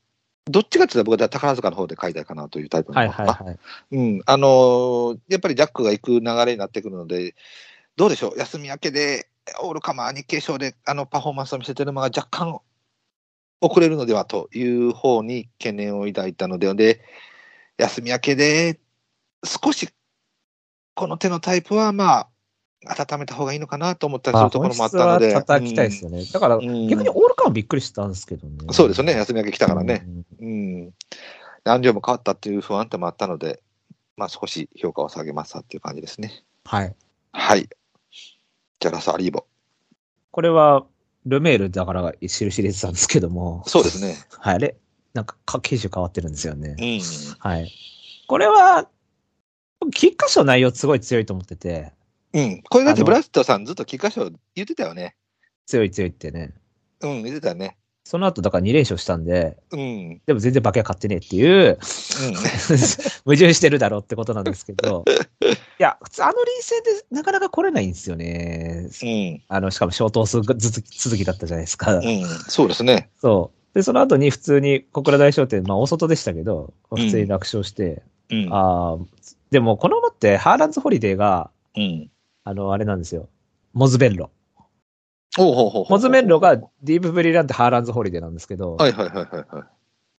S2: どっちかっていうと僕は宝塚の方で買いたいかなというタイプの
S1: はいはいはい。
S2: うん、あのーやっぱりジャックが行く流れになってくるので、どうでしょう、休み明けで、オールカマー、日経賞であのパフォーマンスを見せてるのが若干遅れるのではという方に懸念を抱いたので、で休み明けで、少しこの手のタイプは、まあ、温めた方がいいのかなと思ったりす
S1: まあ、
S2: るとこ
S1: 本
S2: ろもあっ
S1: 質
S2: たの
S1: は
S2: で。
S1: 叩きたいですよね。だから、
S2: うんうん
S1: 逆にオールカーびっくりしたんですけどね。
S2: そうですよね、休み明け来た
S1: だ
S2: からね。。うん。何条も変わったっていう不安定もあったので、まあ少し評価を下げましたっていう感じですね。
S1: はい。
S2: はい。じゃあ、ラス・アリーボ。
S1: これは、ルメールだから印入れてたんですけども。
S2: そうですね。
S1: はい。あれ、なんか、か形種変わってるんですよね。
S2: うん。
S1: はい。これは、菊花賞の内容すごい強いと思ってて、
S2: うん。これだっ
S1: あ
S2: て、
S1: の
S2: ブラストさんずっと菊花賞言ってたよね。
S1: 強い強いってね。
S2: うん、言ってたよね。
S1: その後、だから2連勝したんで、
S2: うん。うん。
S1: でも全然 馬券は買ってねえっていう、矛盾してるだろうってことなんですけど、や、普通あの臨戦でなかなか来れないんですよね。
S2: うん。
S1: あの、しかも消灯数が続き続きだったじゃないですか。
S2: うん。そうですね。
S1: そう。で、その後に普通に小倉大商店、まあ大外でしたけど、
S2: ん
S1: 普通に楽勝して、
S2: うん。
S1: ああ、でもこの馬ってハーランズホリデーが、
S2: うん。
S1: あの、あれなんですよ。モズベンロ。
S2: おうほうほうほう。
S1: モズベンロがディープブリラントハーランズホリデーなんですけど、
S2: はいはいはいはいは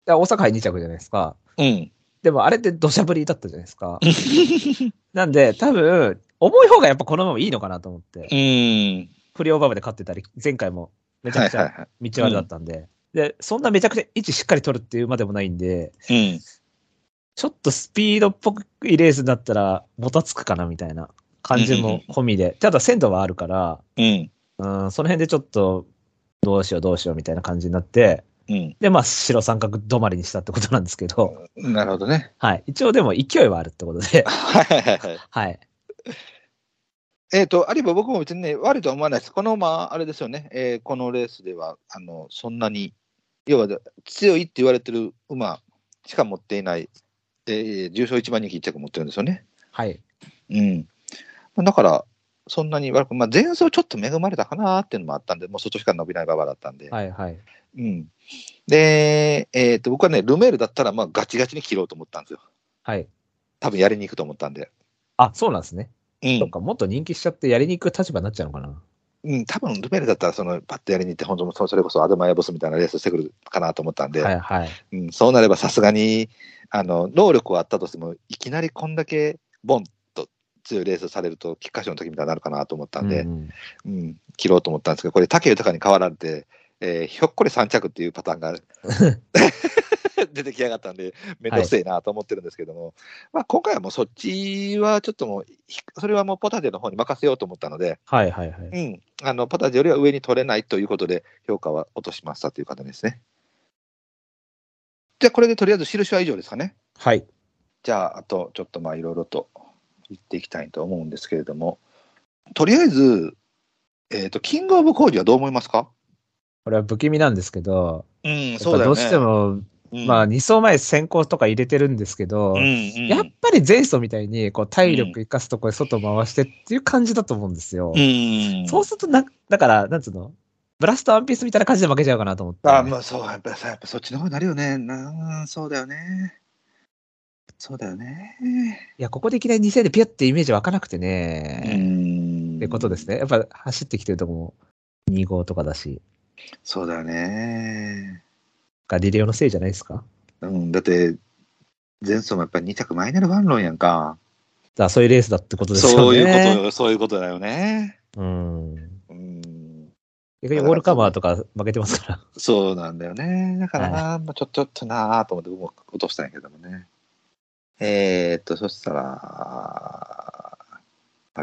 S1: で大阪杯2着じゃないですか。
S2: い。うん。
S1: でもあれって土砂降りだったじゃないですか。 なんで、多分、重い方がやっぱこのままいいのかなと思って。
S2: うん。
S1: 不良馬場で勝ってたり、前回もめちゃ
S2: はい
S1: くち
S2: は
S1: ゃ
S2: いは
S1: 道悪だったんで、で、そんなめちゃくちゃ位置しっかり取るっていうまでもないんで、
S2: い。うん。
S1: ちょっとスピードっぽくいいレースになったら、もたつくかなみたいな感じも込みで、ただ鮮度はあるから、
S2: うん。
S1: うん、その辺でちょっと、どうしようどうしようみたいな感じになって、
S2: うん。
S1: で、まあ、白三角止まりにしたってことなんですけど、
S2: なるほどね。
S1: はい。一応でも勢いはあるってこと で、
S2: はいはいはいはい。
S1: はい。
S2: えっ、と、あるいは僕も別にね、悪いとは思わないです。この、まあ、あれですよね、えーこのレースでは、あの、そんなに、要は強いって言われてる馬しか持っていない、えー重賞1番人気1着持ってるんですよね。
S1: はい。
S2: うん。だから、そんなに悪く、まあ、前走ちょっと恵まれたかなっていうのもあったんで、もう外しか伸びない馬場だったんで。
S1: はい、はい。
S2: うん。で、えっ、と、僕はね、ルメールだったら、まあ、ガチガチに切ろうと思ったんですよ。
S1: はい。
S2: 多分やりに行くと思ったんで。
S1: あ、そうなんですね。
S2: うん
S1: そっ。か、もっと人気しちゃってやりにくい立場になっちゃうのかな。
S2: うん、多分ルメールだったら、そのパッとやりに行って、本当もそれこそアドマイアボスみたいなレースしてくるかなと思ったんで、
S1: はい、はい。
S2: うん、そうなればさすがにあの能力はあったとしても、いきなりこんだけボンと強いレースされると、菊花賞の時みたいになるかなと思ったんで
S1: う、ん
S2: うん切ろうと思ったんですけど、これ、武豊に変わられて、えーひょっこり3着っていうパターン が出てきやがったんで、めんどくせえなと思ってるんですけども、まあ、今回はもうそっちはちょっともう、ひそれはもうポタジェの方に任せようと思ったので、
S1: はい、はい、はい。
S2: うん、あのパタージよりは上に取れないということで、評価は落としましたという方ですね。じゃあ、これでとりあえず印は以上ですかね。
S1: はい。
S2: じゃあ、あとちょっとまあいろいろと言っていきたいと思うんですけれども、とりあえず、えっとキングオブコージはどう思いますか
S1: これは不気味なんですけど、
S2: うん、
S1: やっぱどうして、も、まあ、2走前先行とか入れてるんですけど、やっぱり前走みたいに、こう、体力生かすとこで外回してっていう感じだと思うんですよ。
S2: うん、
S1: そうするとな、だから、なんつうのブラストワンピースみたいな感じで負けちゃうかなと思って。
S2: あまあそうやっぱさやっぱそっちの方になるよねなそうだよねそうだよね
S1: いや、ここでいきなり2戦でピュッてイメージ湧かなくて
S2: う
S1: ね。
S2: ん
S1: ってことですね。やっぱ走ってきてるとこも2号とかだし、
S2: そうだよね
S1: ガリレオのせいじゃないですか。だか
S2: うん、だって、前走もやっぱり2着マイナルワンロンやんか。
S1: らそういうレースだってことですよね。
S2: そういうこと、そういうことだよね。
S1: と。うん。
S2: うん、
S1: 逆にウォールカバーとか負けてますから。
S2: そうなんだよね。だからな、まあちょちょっとなあと思って僕も落としたんやけどもね。えー、っと、そしたら、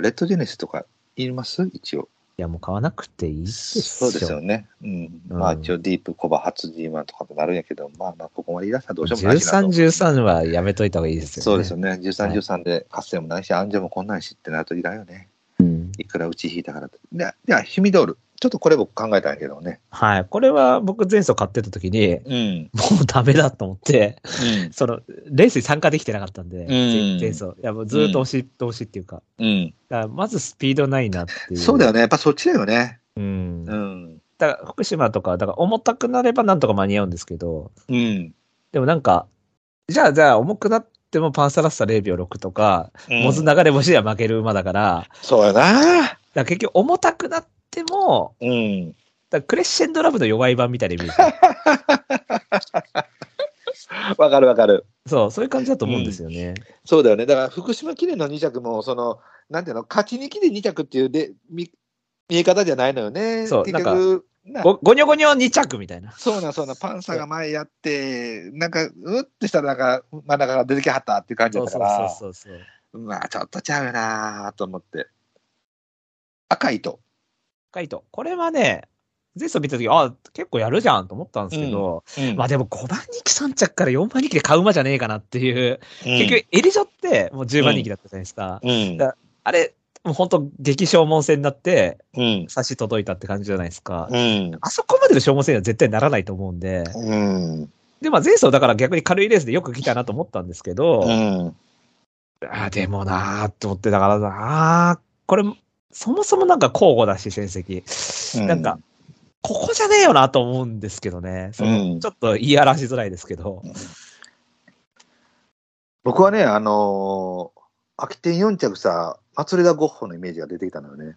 S2: レッドジェネシスとかいります一応。
S1: いや、もう買わなくていいですよ。
S2: そうですよね。うん。
S1: うん
S2: まあ一応ディープコバ初 G1 とかとなるんやけど、まあまあここまで言い出したらどうしようもないしなと
S1: 13、13はやめといた方がいいですよね。
S2: そうですよね。
S1: は
S2: 13、
S1: い
S2: 13で活性もないし、安城もこんなんしってなるといらんよね。
S1: うん。
S2: いくら打ち引いたからと。で、じゃあ、ヒミドール。ちょっとこれ僕考えたんやけどね。
S1: はい。これは僕前走買ってた時に、
S2: うん。
S1: もうダメだと思って、
S2: う
S1: その、レースに参加できてなかったんで、
S2: ん
S1: 前走。いや、もうずーっと押し、押しっていうか。
S2: ん。うん。
S1: だからまずスピードないなっていう。
S2: そうだよ
S1: ね。
S2: ね。やっぱそっちだよね。
S1: うん。だ
S2: ん。
S1: から福島とか、だから重たくなればなんとか間に合うんですけど、
S2: うん。
S1: でもなんか、じゃあじゃあ重くなってもパンサラッサ0秒6とか、モズ
S2: な。
S1: 流れ星では負ける馬だから、
S2: そうやな。
S1: だから結局重たくなっても、
S2: うん。
S1: だからクレッシェンドラブの弱い版みたいなイメ ージ。
S2: わかるわかる。
S1: そう、そういう感じだと思うんですよね。
S2: そうだよね。だから、福島記念の2着も、その、なんていうの、勝ちに記念2着っていうで見見え方じゃないのよね。
S1: そう
S2: 結局、な
S1: ご、ごにょごにょ2着みたいな。
S2: そうなんそうなん、パンサーが前やって、なんか、うってしたら、なんか、真ん中が出てきはったっていう感じだ
S1: そう
S2: ったか
S1: そう
S2: ら。
S1: そうそう。
S2: まあ、ちょっとちゃうなと思って。赤いと。
S1: カイト。これはね、前走見たとき、あ、結構やるじゃんと思ったんですけど、まあでも5番人気3着から4番人気で買う馬じゃねえかなっていう。結局、エリジョってもう10番人気だったじゃないですか。
S2: うん
S1: だあれ、もう本当激消耗戦になって、
S2: うん。
S1: 差し届いたって感じじゃないですか。
S2: うん。
S1: あそこまでの消耗戦には絶対ならないと思うんで。
S2: うん。
S1: で、まあ前走だから逆に軽いレースでよく来たなと思ったんですけど、
S2: うん。
S1: あーでもなーって思って、だからなー、これ、そもそもなんか交互だし、成績。
S2: うん
S1: なんか、ここじゃねえよなと思うんですけどね。その
S2: うん
S1: ちょっと言い表しづらいですけど。
S2: 僕はね、あのー、秋天4着さ、祭りだゴッホのイメージが出てきたのよね。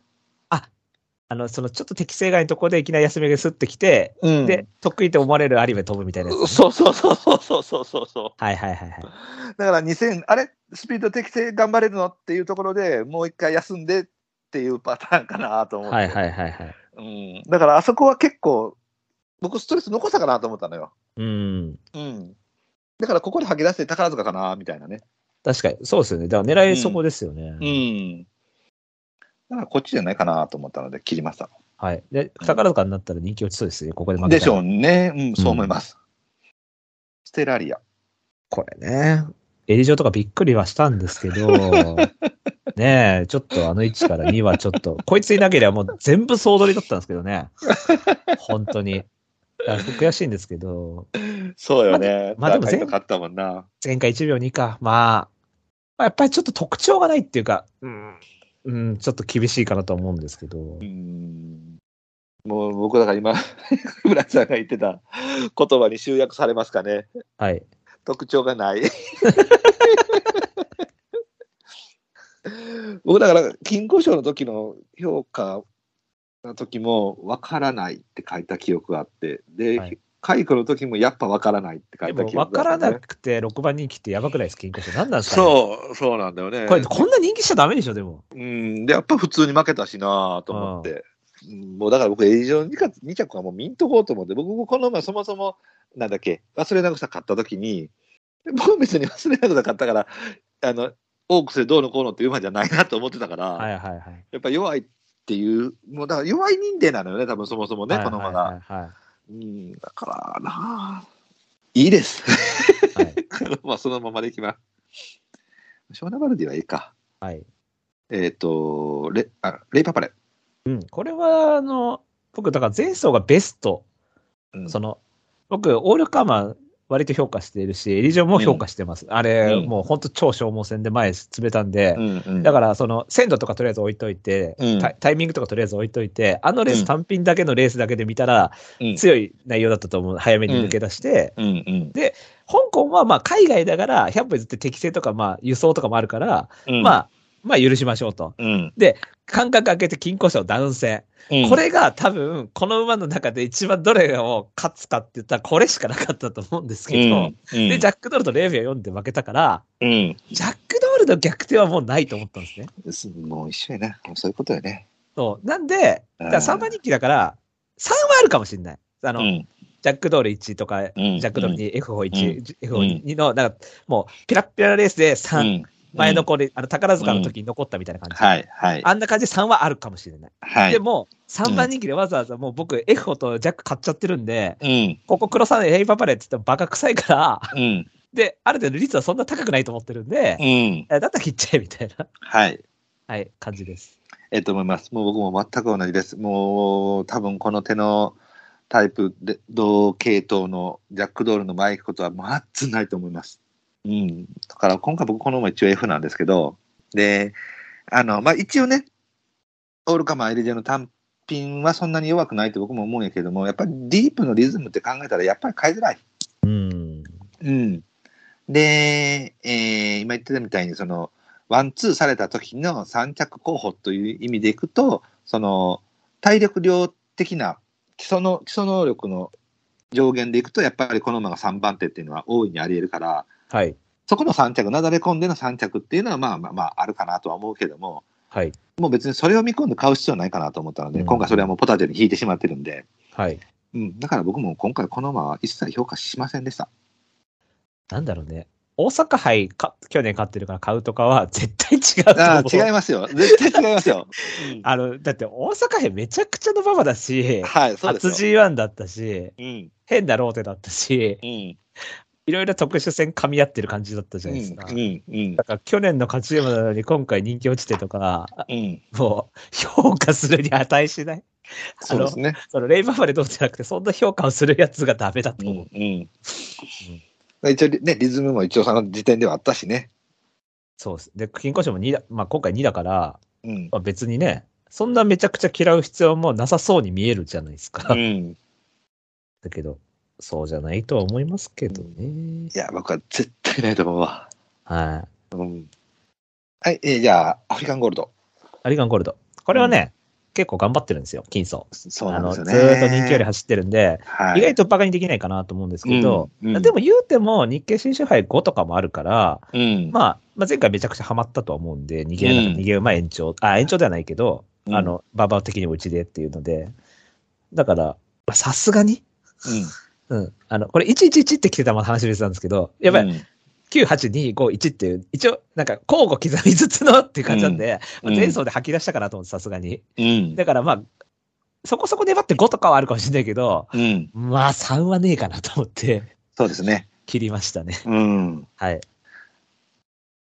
S1: あの、そのちょっと適正外のとこでいきなり休みがスッてきて、
S2: うん
S1: で、得意と思われるアニメ飛ぶみたいなやつ。
S2: そうそうそうそうそうそうそ
S1: はいはいはいはい。
S2: う。だから2000、あれスピード適正頑張れるのっていうところでもう一回休んでっていうパターンかなと思って。
S1: はいはいはいはい。
S2: うん、だからあそこは結構、僕ストレス残したかなと思ったのよ。
S1: うん。
S2: うん。だからここで吐き出して宝塚かなみたいなね。
S1: 確かに、そうですよね。だから狙いそこですよね。
S2: ん。だからこっちじゃないかなと思ったので切りました。
S1: はい。で、宝塚になったら人気落ちそうですよ。ここで負けたら
S2: でしょうね。うん、そう思います。ステラリア。
S1: これね、エリジョとかびっくりはしたんですけ ど、ねえ、ちょっとあの1から2はちょっと、こいついなければもう全部総取りだったんですけどね。本当に。だから悔しいんですけど、
S2: そうよね
S1: まあでまあでも全
S2: 高いと買ったもんな。
S1: 前回1秒2か。まあ、まあやっぱりちょっと特徴がないっていうか、うん、うん、ちょっと厳しいかなと思うんですけど
S2: う、ん。もう僕だから今、 村井さんが言ってた言葉に集約されますかね。
S1: はい。
S2: 特徴がない。 僕だから金庫賞の時の評価の時も「わからない」って書いた記憶があってで、
S1: はい
S2: 解雇の時も「やっぱわからない」って書
S1: で
S2: いた
S1: も
S2: 記
S1: 分
S2: 憶
S1: か
S2: が
S1: ら
S2: あってね、
S1: なくて6番人気ってやばくないですか金庫賞。何なんですかね、
S2: そうそうなんだよね
S1: これ、こんな人気しちゃダメでしょ、でも。
S2: うん、でやっぱ普通に負けたしなぁと思って、うんもうだから僕エリジョン 2, か2着はもうミントこうと思って僕もこの前そもそもなんだっけ忘れなくさ買った時に僕別に忘れなくさ買ったからあのオークスでどうのこうのっていう馬じゃないなと思ってたから、
S1: はいはいはい。
S2: やっぱ弱いっていうもうだから弱い人間なのよね多分そもそもね、
S1: はい
S2: この馬が、
S1: はいはいはい
S2: うん、だからなぁいいです、
S1: はい
S2: まあそのままでいきますショーナバルディはいいか
S1: はい。
S2: えっ、とレあレイパパレ、
S1: うんこれは、あの、僕、だから前走がベスト。
S2: うん
S1: その、僕、オールカーマン、割と評価しているし、エリジョンも評価してます。あれ、
S2: うん
S1: もう本当超消耗戦で前詰めたんで、だ
S2: だか
S1: から、その、鮮度とかとりあえず置いといて、
S2: うん
S1: タイタイミングとかとりあえず置いといて、あのレー
S2: う
S1: ス
S2: ん
S1: 単品だけのレースだけで見たら、
S2: うん
S1: 強い内容だったと思う。早めに抜け出して、
S2: ら、うんうん
S1: 香港はまあ海外だから、100歩譲って適正とか、まあ輸送とかもあるから、ま
S2: あ、
S1: あ、まあ許しましょうと。
S2: うん
S1: 間隔空けて金庫賞断線。こ、れが多分、この馬の中で一番どれを勝つかって言ったら、これしかなかったと思うんですけど、で、ジャックドールと0秒4で負けたから、
S2: うん、
S1: ジャックドールの逆転はもうないと思ったんですね。
S2: もう一緒やな、もうそういうことやね。
S1: そう。なんで、だから3番人気だから、3はあるかもしれない。あの、
S2: ん、
S1: ジャックドール1とか、ジ
S2: うん
S1: ャックドール2、F 法
S2: う
S1: 1、F 法2の、なんか、もう、ピラッピラなレースで3、
S2: うん
S1: 前の子で、あの、宝塚の時に残ったみたいな感じ。
S2: はい、はい、
S1: あんな感じで3はあるかもしれない。
S2: はい。
S1: でも、3番人気でわざわざもう僕、F 法とジャック買っちゃってるんで、
S2: うん、
S1: ここ黒さんエイパパレって言ってもバカ臭いから、
S2: うん、
S1: で、ある程度率はそんな高くないと思ってるんで、
S2: うん、
S1: えだったら切っちゃえみたいな、
S2: はい。
S1: はい、感じです。
S2: えっと思います。もう僕も全く同じです。もう、多分この手のタイプで、同系統のジャックドールの前行くことは全くないと思います。うん。だから今回僕この馬一応 F なんですけど、で、あの、まあ、一応ね、オールカマーエリジェの単品はそんなに弱くないと僕も思うんやけども、やっぱりディープのリズムって考えたらやっぱり変えづらい。
S1: うん。
S2: うん。で、えー今言ってたみたいに、その、ワン、ツーされた時の三着候補という意味でいくと、その、体力量的な基礎の、基礎能力の上限でいくと、やっぱりこの馬が3番手っていうのは大いにあり得るから、
S1: はい。
S2: そこの3着、なだれ込んでの3着っていうのは、まあまあまあ、あるかなとは思うけども、
S1: はい。
S2: もう別にそれを見込んで買う必要はないかなと思ったので、
S1: うん
S2: 今回それはもうポタジェに引いてしまってるんで、
S1: はい。
S2: うん、だから僕も今回この馬は一切評価しません でした。
S1: なんだろうね。大阪杯か、去年買ってるから買うとかは 絶対違うと思
S2: あ
S1: う。
S2: あ、違いますよ。絶対違いますよ。うん
S1: あの、だって大阪杯めちゃくちゃの馬場だし、
S2: はい、 そうで
S1: 初
S2: すよ。
S1: G1 だったし、
S2: うん、
S1: 変なローテだったし、
S2: うん、
S1: いろいろ特殊戦噛み合ってる感じだったじ
S2: う
S1: ゃないです
S2: ん
S1: か。、
S2: うん、うん
S1: だから去年の勝ち馬なのに今回人気落ちてとか、
S2: うん、
S1: もう評価するに値しない。あ
S2: そうで
S1: の
S2: す、ね。
S1: そのレイバーバレどうじゃなくて、そんな評価をするやつがダメだ
S2: う
S1: と
S2: ん、
S1: 思う。
S2: うん。一応ね、リズムも一応その時点ではあったしね。
S1: そうです。で、金庫賞も2だ、まあ今回2だから、
S2: うん。
S1: まあ、別にね、そんなめちゃくちゃ嫌う必要もなさそうに見えるじゃないですか。
S2: うん。
S1: だけど、そうじゃないとは思いますけどね
S2: い。や、僕は絶対ないと思うわ。
S1: はい。
S2: うん。はい、えーじゃあ、アフリカンゴールド。
S1: アリガンゴールド。これはね、結構頑張ってるんですよ、金層。
S2: そう
S1: あ
S2: なん
S1: の、
S2: です
S1: ず
S2: よ
S1: ー
S2: ね。
S1: っと人気より走ってるんで、
S2: は
S1: 意
S2: い、
S1: 外とバカにできないかなと思うんですけど、
S2: うんうん
S1: でも言うても日経新種杯5とかもあるから、
S2: うん。
S1: まあ、まあ、前回めちゃくちゃハマったとは思うんで、逃げるな
S2: うん
S1: 逃げ馬延長、あ、延長ではないけど、
S2: うん
S1: あの、ババア的にもうちでっていうので、だから、まあさすがに、うん、あの、これ111って来てたまま話してたんですけど、やっぱり
S2: い。
S1: 98251っていう、一応、なんか交互刻みずつのっていう感じなんで、
S2: う
S1: ま
S2: ん
S1: あ前走で吐き出したかなと思って、さすがに。
S2: うん。
S1: だからまあ、そこそこ粘って5とかはあるかもしれないけど、
S2: うん。
S1: まあ3はねえかなと思って、
S2: そうですね。
S1: 切りましたね。
S2: うん。
S1: はい。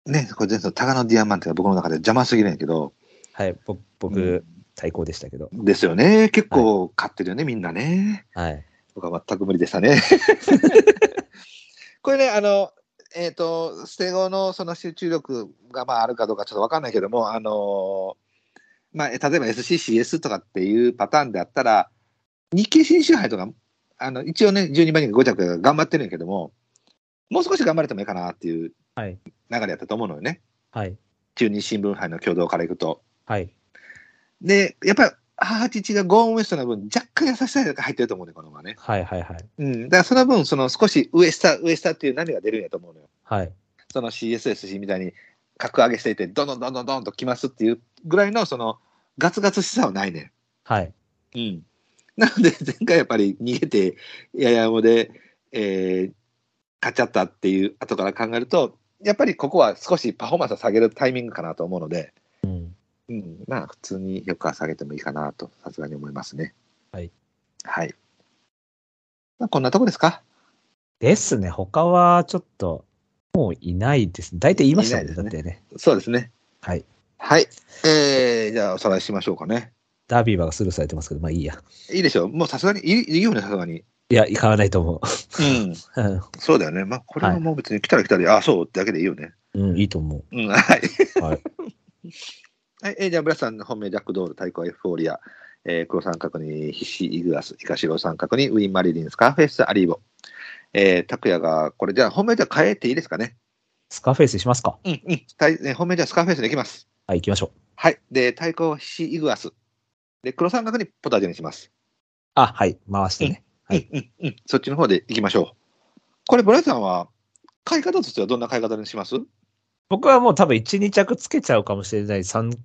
S2: ね、これ全然、タガノディアマンテが僕の中で邪魔すぎるんやけど、
S1: はい。ぼ僕、
S2: うん
S1: 対抗でしたけど。
S2: ですよね。結構勝ってるよね、みんなね。
S1: はい。
S2: 僕は全く無理でした ね。これね、あの、えっ、と、捨て子のその集中力がまああるかどうかちょっとわかんないけども、あのーまあ、え例えば SCCS とかっていうパターンであったら、日経新州杯とか、あの、一応ね、12番人5着が頑張ってるんやけども、もう少し頑張れてもいいかなっていう
S1: はい
S2: 流れやったと思うのよね。
S1: はい。
S2: 中日新聞杯の共同からいくと。
S1: はい。
S2: で、やっぱり、母父がゴーンウエストの分、若干優しさが入ってると思うね、この馬ね。
S1: はい。はい。はい。
S2: うん、だからその分、その少し上下、上下っていう何が出るんやと思うのよ。
S1: はい。
S2: その CSSC みたいに格上げしていて、どんどんどんどんどんときますっていうぐらいの、そのガツガツしさはないね
S1: はい。
S2: ん。うん、なので、 前回やっぱり逃げて、ややもで、えー勝っちゃったっていう後から考えると、やっぱりここは少しパフォーマンスを下げるタイミングかなと思うので、
S1: うん。
S2: うん、まあ、普通によくは下げてもいいかなと、さすがに思いますね。
S1: はい。
S2: はい。まあ、こんなとこですか
S1: ですね。他はちょっと、もういないです。大体言いましたもん
S2: い
S1: ね。
S2: ない
S1: だ
S2: で
S1: って
S2: す
S1: ね。
S2: そうですね。
S1: はい。
S2: はい。えー、じゃあおさらいしましょうかね。
S1: ダービー馬がスルーされてますけど、まあいいや。
S2: いいでしょう。もうさすがに、いいいいよね、さすがに。
S1: いや、買わないと思う。
S2: うん。
S1: う
S2: そうだよね。まあ、これはもう別に来たら来たで、ああ、そうってだけでいいよね。
S1: んうん、いいと思
S2: うん、はい。
S1: う。はい。
S2: はい、えーじゃあ、ブラスさんの本命、ジャックドール、対抗エフフォーリア、えー黒三角にヒシ、イグアス、イカシロ三角にウィン・マリリン、スカーフェイス、アリーボ。えー、タクヤが、これじゃあ、本命じゃあ変えていいですかね。
S1: スカーフェイスにしますか。
S2: うん、うん。対えー本命じゃあスカーフェイスでいきます。
S1: はい、行きましょう。
S2: はい。で、対抗はヒシ、イグアス。で、黒三角にポタジェにします。
S1: あ、はい、回してね。はい
S2: うんうんうん、そっちの方でいきましょう。これ、ブライさんは、買い方としてはどんな買い方にします
S1: 僕はもう多分1、2着つけちゃうかもしれない。3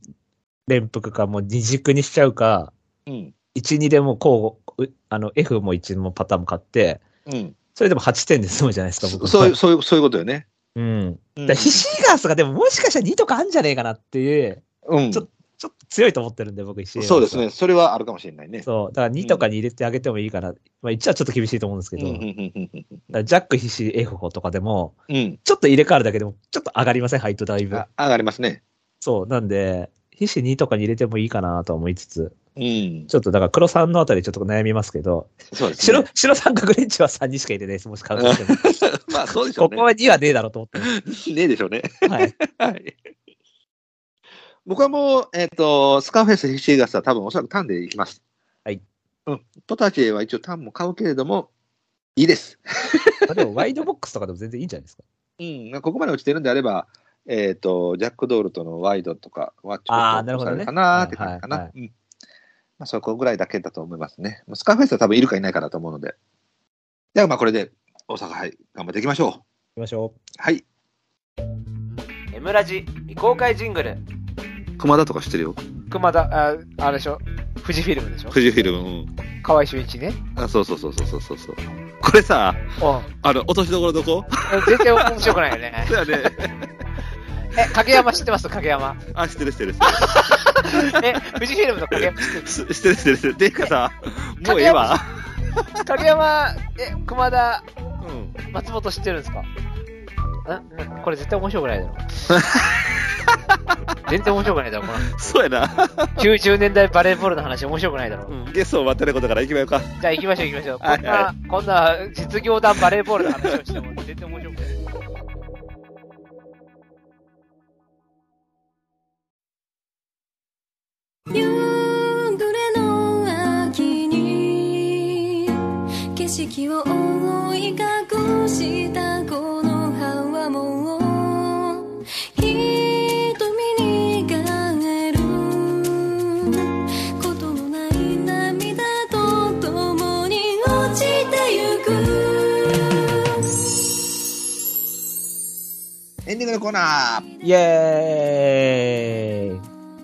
S1: 連複か、もう2軸にしちゃうか、
S2: うん。
S1: 1、2でもこう、うあの、F も1もパターンも買って、
S2: うん。
S1: それでも8点で済むじゃないですか、僕
S2: そ
S1: は
S2: そういう、そういう、そういうことよね。
S1: うん。
S2: う
S1: だ
S2: ん
S1: からヒシーガースがでももしかしたら2とかあんじゃねえかなっていう、
S2: うん
S1: ちょっちょっと強いと思ってるんで、僕、ヒシーガース
S2: そうですね。。それはあるかもしれないね。
S1: そう。だから2とかに入れてあげてもいいかな。まあ1はちょっと厳しいと思うんですけ
S2: うん
S1: ど、だ
S2: う
S1: か
S2: んうんうん
S1: らジャック、ヒシー、エフホとかでも、
S2: うん。うん。
S1: ちょっと入れ替わるだけでも、ちょっと上がりません、ハイトだいぶ
S2: あ。上がりますね。
S1: そう。なんで、皮脂2とかに入れてもいいかなとは思いつつ、
S2: うん。
S1: ちょっとだから黒さんのあたりちょっと悩みますけど、
S2: そうです
S1: 白
S2: ね。、
S1: 白三角レンチは3にしか入れないです、もし買うとしても。
S2: まあ、 そうでしょう
S1: こ
S2: ね。
S1: こは2はねえだろうと思ってま
S2: ねえでしょうね。
S1: す。 はい。
S2: はい。僕はもう、えっ、と、スカーフェイス、ヒシーガスは多分おそらくタンでいきます。
S1: はい。
S2: うん。ポタジェは一応タンも買うけれども、いいです。
S1: まあでも、ワイドボックスとかでも全然いいんじゃないですか。
S2: うん、ここまで落ちてるんであれば、えっ、と、ジャックドールとのワイドとかはち
S1: あ
S2: ょ
S1: ーな
S2: っと
S1: るほどね
S2: かなーって感じか
S1: はい
S2: な
S1: は。
S2: うんまあ、そこぐらいだけだと思いますね。もうスカーフェイスは多分いるかいないかだと思うので。では、まあ、これで大阪杯頑張っていきましょう。
S1: 行きましょ
S2: はい。
S4: エムラジ未公開ジングル
S2: 熊田とか知ってるよ。
S5: 熊田、あ、あれでしょ富士フィルムでしょ
S2: 富士フィルム。
S5: 河合俊一ね。
S2: あ、そうそうそうそうそうそう。これさ、
S5: うん。
S2: あの、落としどころど こ
S5: 全然面白くない よね。
S2: だよね。
S5: え、影山知ってます影山。
S2: あ、知ってる知ってる。
S5: え、富士フィルムの影山知ってる
S2: 知ってる知ってる。てか さ、
S5: もうええわ。影山、え、熊田、
S2: うん。
S5: 松本知ってるんですかんんこれ絶対面白くな いだろ。全然面白くないだろ、この
S2: そうやな。
S5: 90年代バレーボールの話面白くないだろ。
S2: ゲストを待ってないことから行きましょうか。
S5: じゃあ行きましょう行きましょう。
S2: は
S5: こ
S2: い
S5: ん
S2: は
S5: な、こんな実業団バレーボールの話をしても全然面白くない。
S6: 夕暮れの秋に景色を覆い隠したこの葉はもう瞳に変えることのない涙と共に落ちてゆく
S2: エンディングのコーナー。
S1: イエー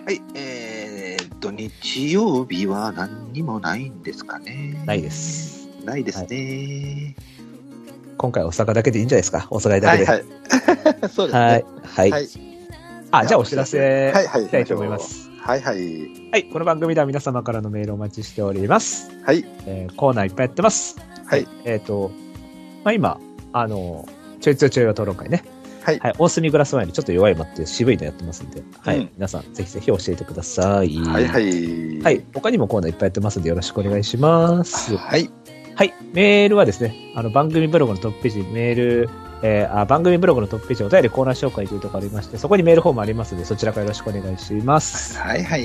S1: イ
S2: はい、えー、っと、日曜日は何にもないんですかね。
S1: ないです。
S2: ないですね。
S1: 今回大阪だけでいいんじゃないですか。おさらいだけで。
S2: い。 そうですね。
S1: はい。はい。
S2: はい
S1: あ、じゃあお知らせ
S2: はいはい
S1: したいと思います。
S2: はいはい。
S1: はい。この番組では皆様からのメールをお待ちしております。
S2: はい。
S1: えーコーナーいっぱいやってます。
S2: はい。
S1: えっ、と、まあ、今、あの、ちょいちょいちょいは討論会ね。
S2: はい
S1: はい。大隅グラスワインにちょっと弱い馬っていう渋いのやってますんで、はい。
S2: うん
S1: 皆さん、ぜひぜひ教えてください。。
S2: はいはいい。
S1: はい。他にもコーナーいっぱいやってますんで、よろしくお願いします。
S2: はい。
S1: はい。メールはですね、あの、番組ブログのトップページにメール、えーあ、番組ブログのトップページお便りコーナー紹介というところありまして、そこにメールフォームありますので、そちらからよろしくお願いします。
S2: はいはい。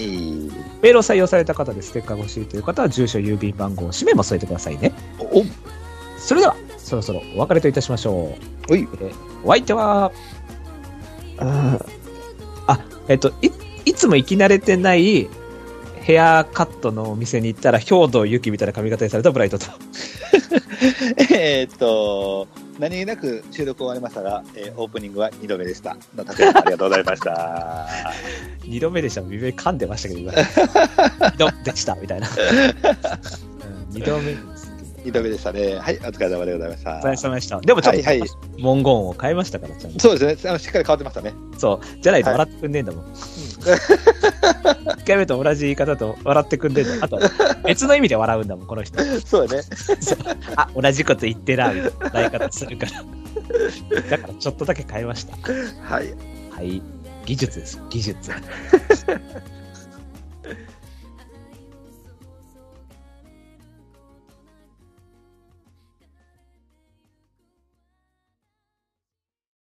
S1: メールを採用された方でステッカーが欲しいという方は、住所、郵便番号、氏名も添えてくださいね。
S2: お、
S1: それでは、そろそろお別れといたしましょう。
S2: おい
S1: えーお相手は、あー、あえっと、い、いつも行き慣れてないヘアカットのお店に行ったら、兵道ゆきみたいな髪型にされたブライトと。
S2: えーっと、何気なく収録終わりましたが、えーオープニングは2度目でした。のたけさんありがとうございました。
S1: 二度目でした。微妙に噛んでましたけど、 今。二度でした、みたいな。うん二度目ですけど。
S2: 2度目でしたね。はい、お疲れ様でございました。
S1: お疲れ様でした。でもちょっと、
S2: はいはい
S1: 文言を変えましたから、ちゃんと。
S2: そうですね。あのしっかり変わってましたね。
S1: そう。じゃないと
S2: はい
S1: 笑ってくんねえんだもん。一回目と同じ言い方と笑ってくんねえんだ。あと、別の意味で笑うんだもん、この人。
S2: そうね。
S1: あ、同じこと言ってな、みたいな笑い方するから。だから、ちょっとだけ変えました。
S2: はい。
S1: はい。技術です、技術。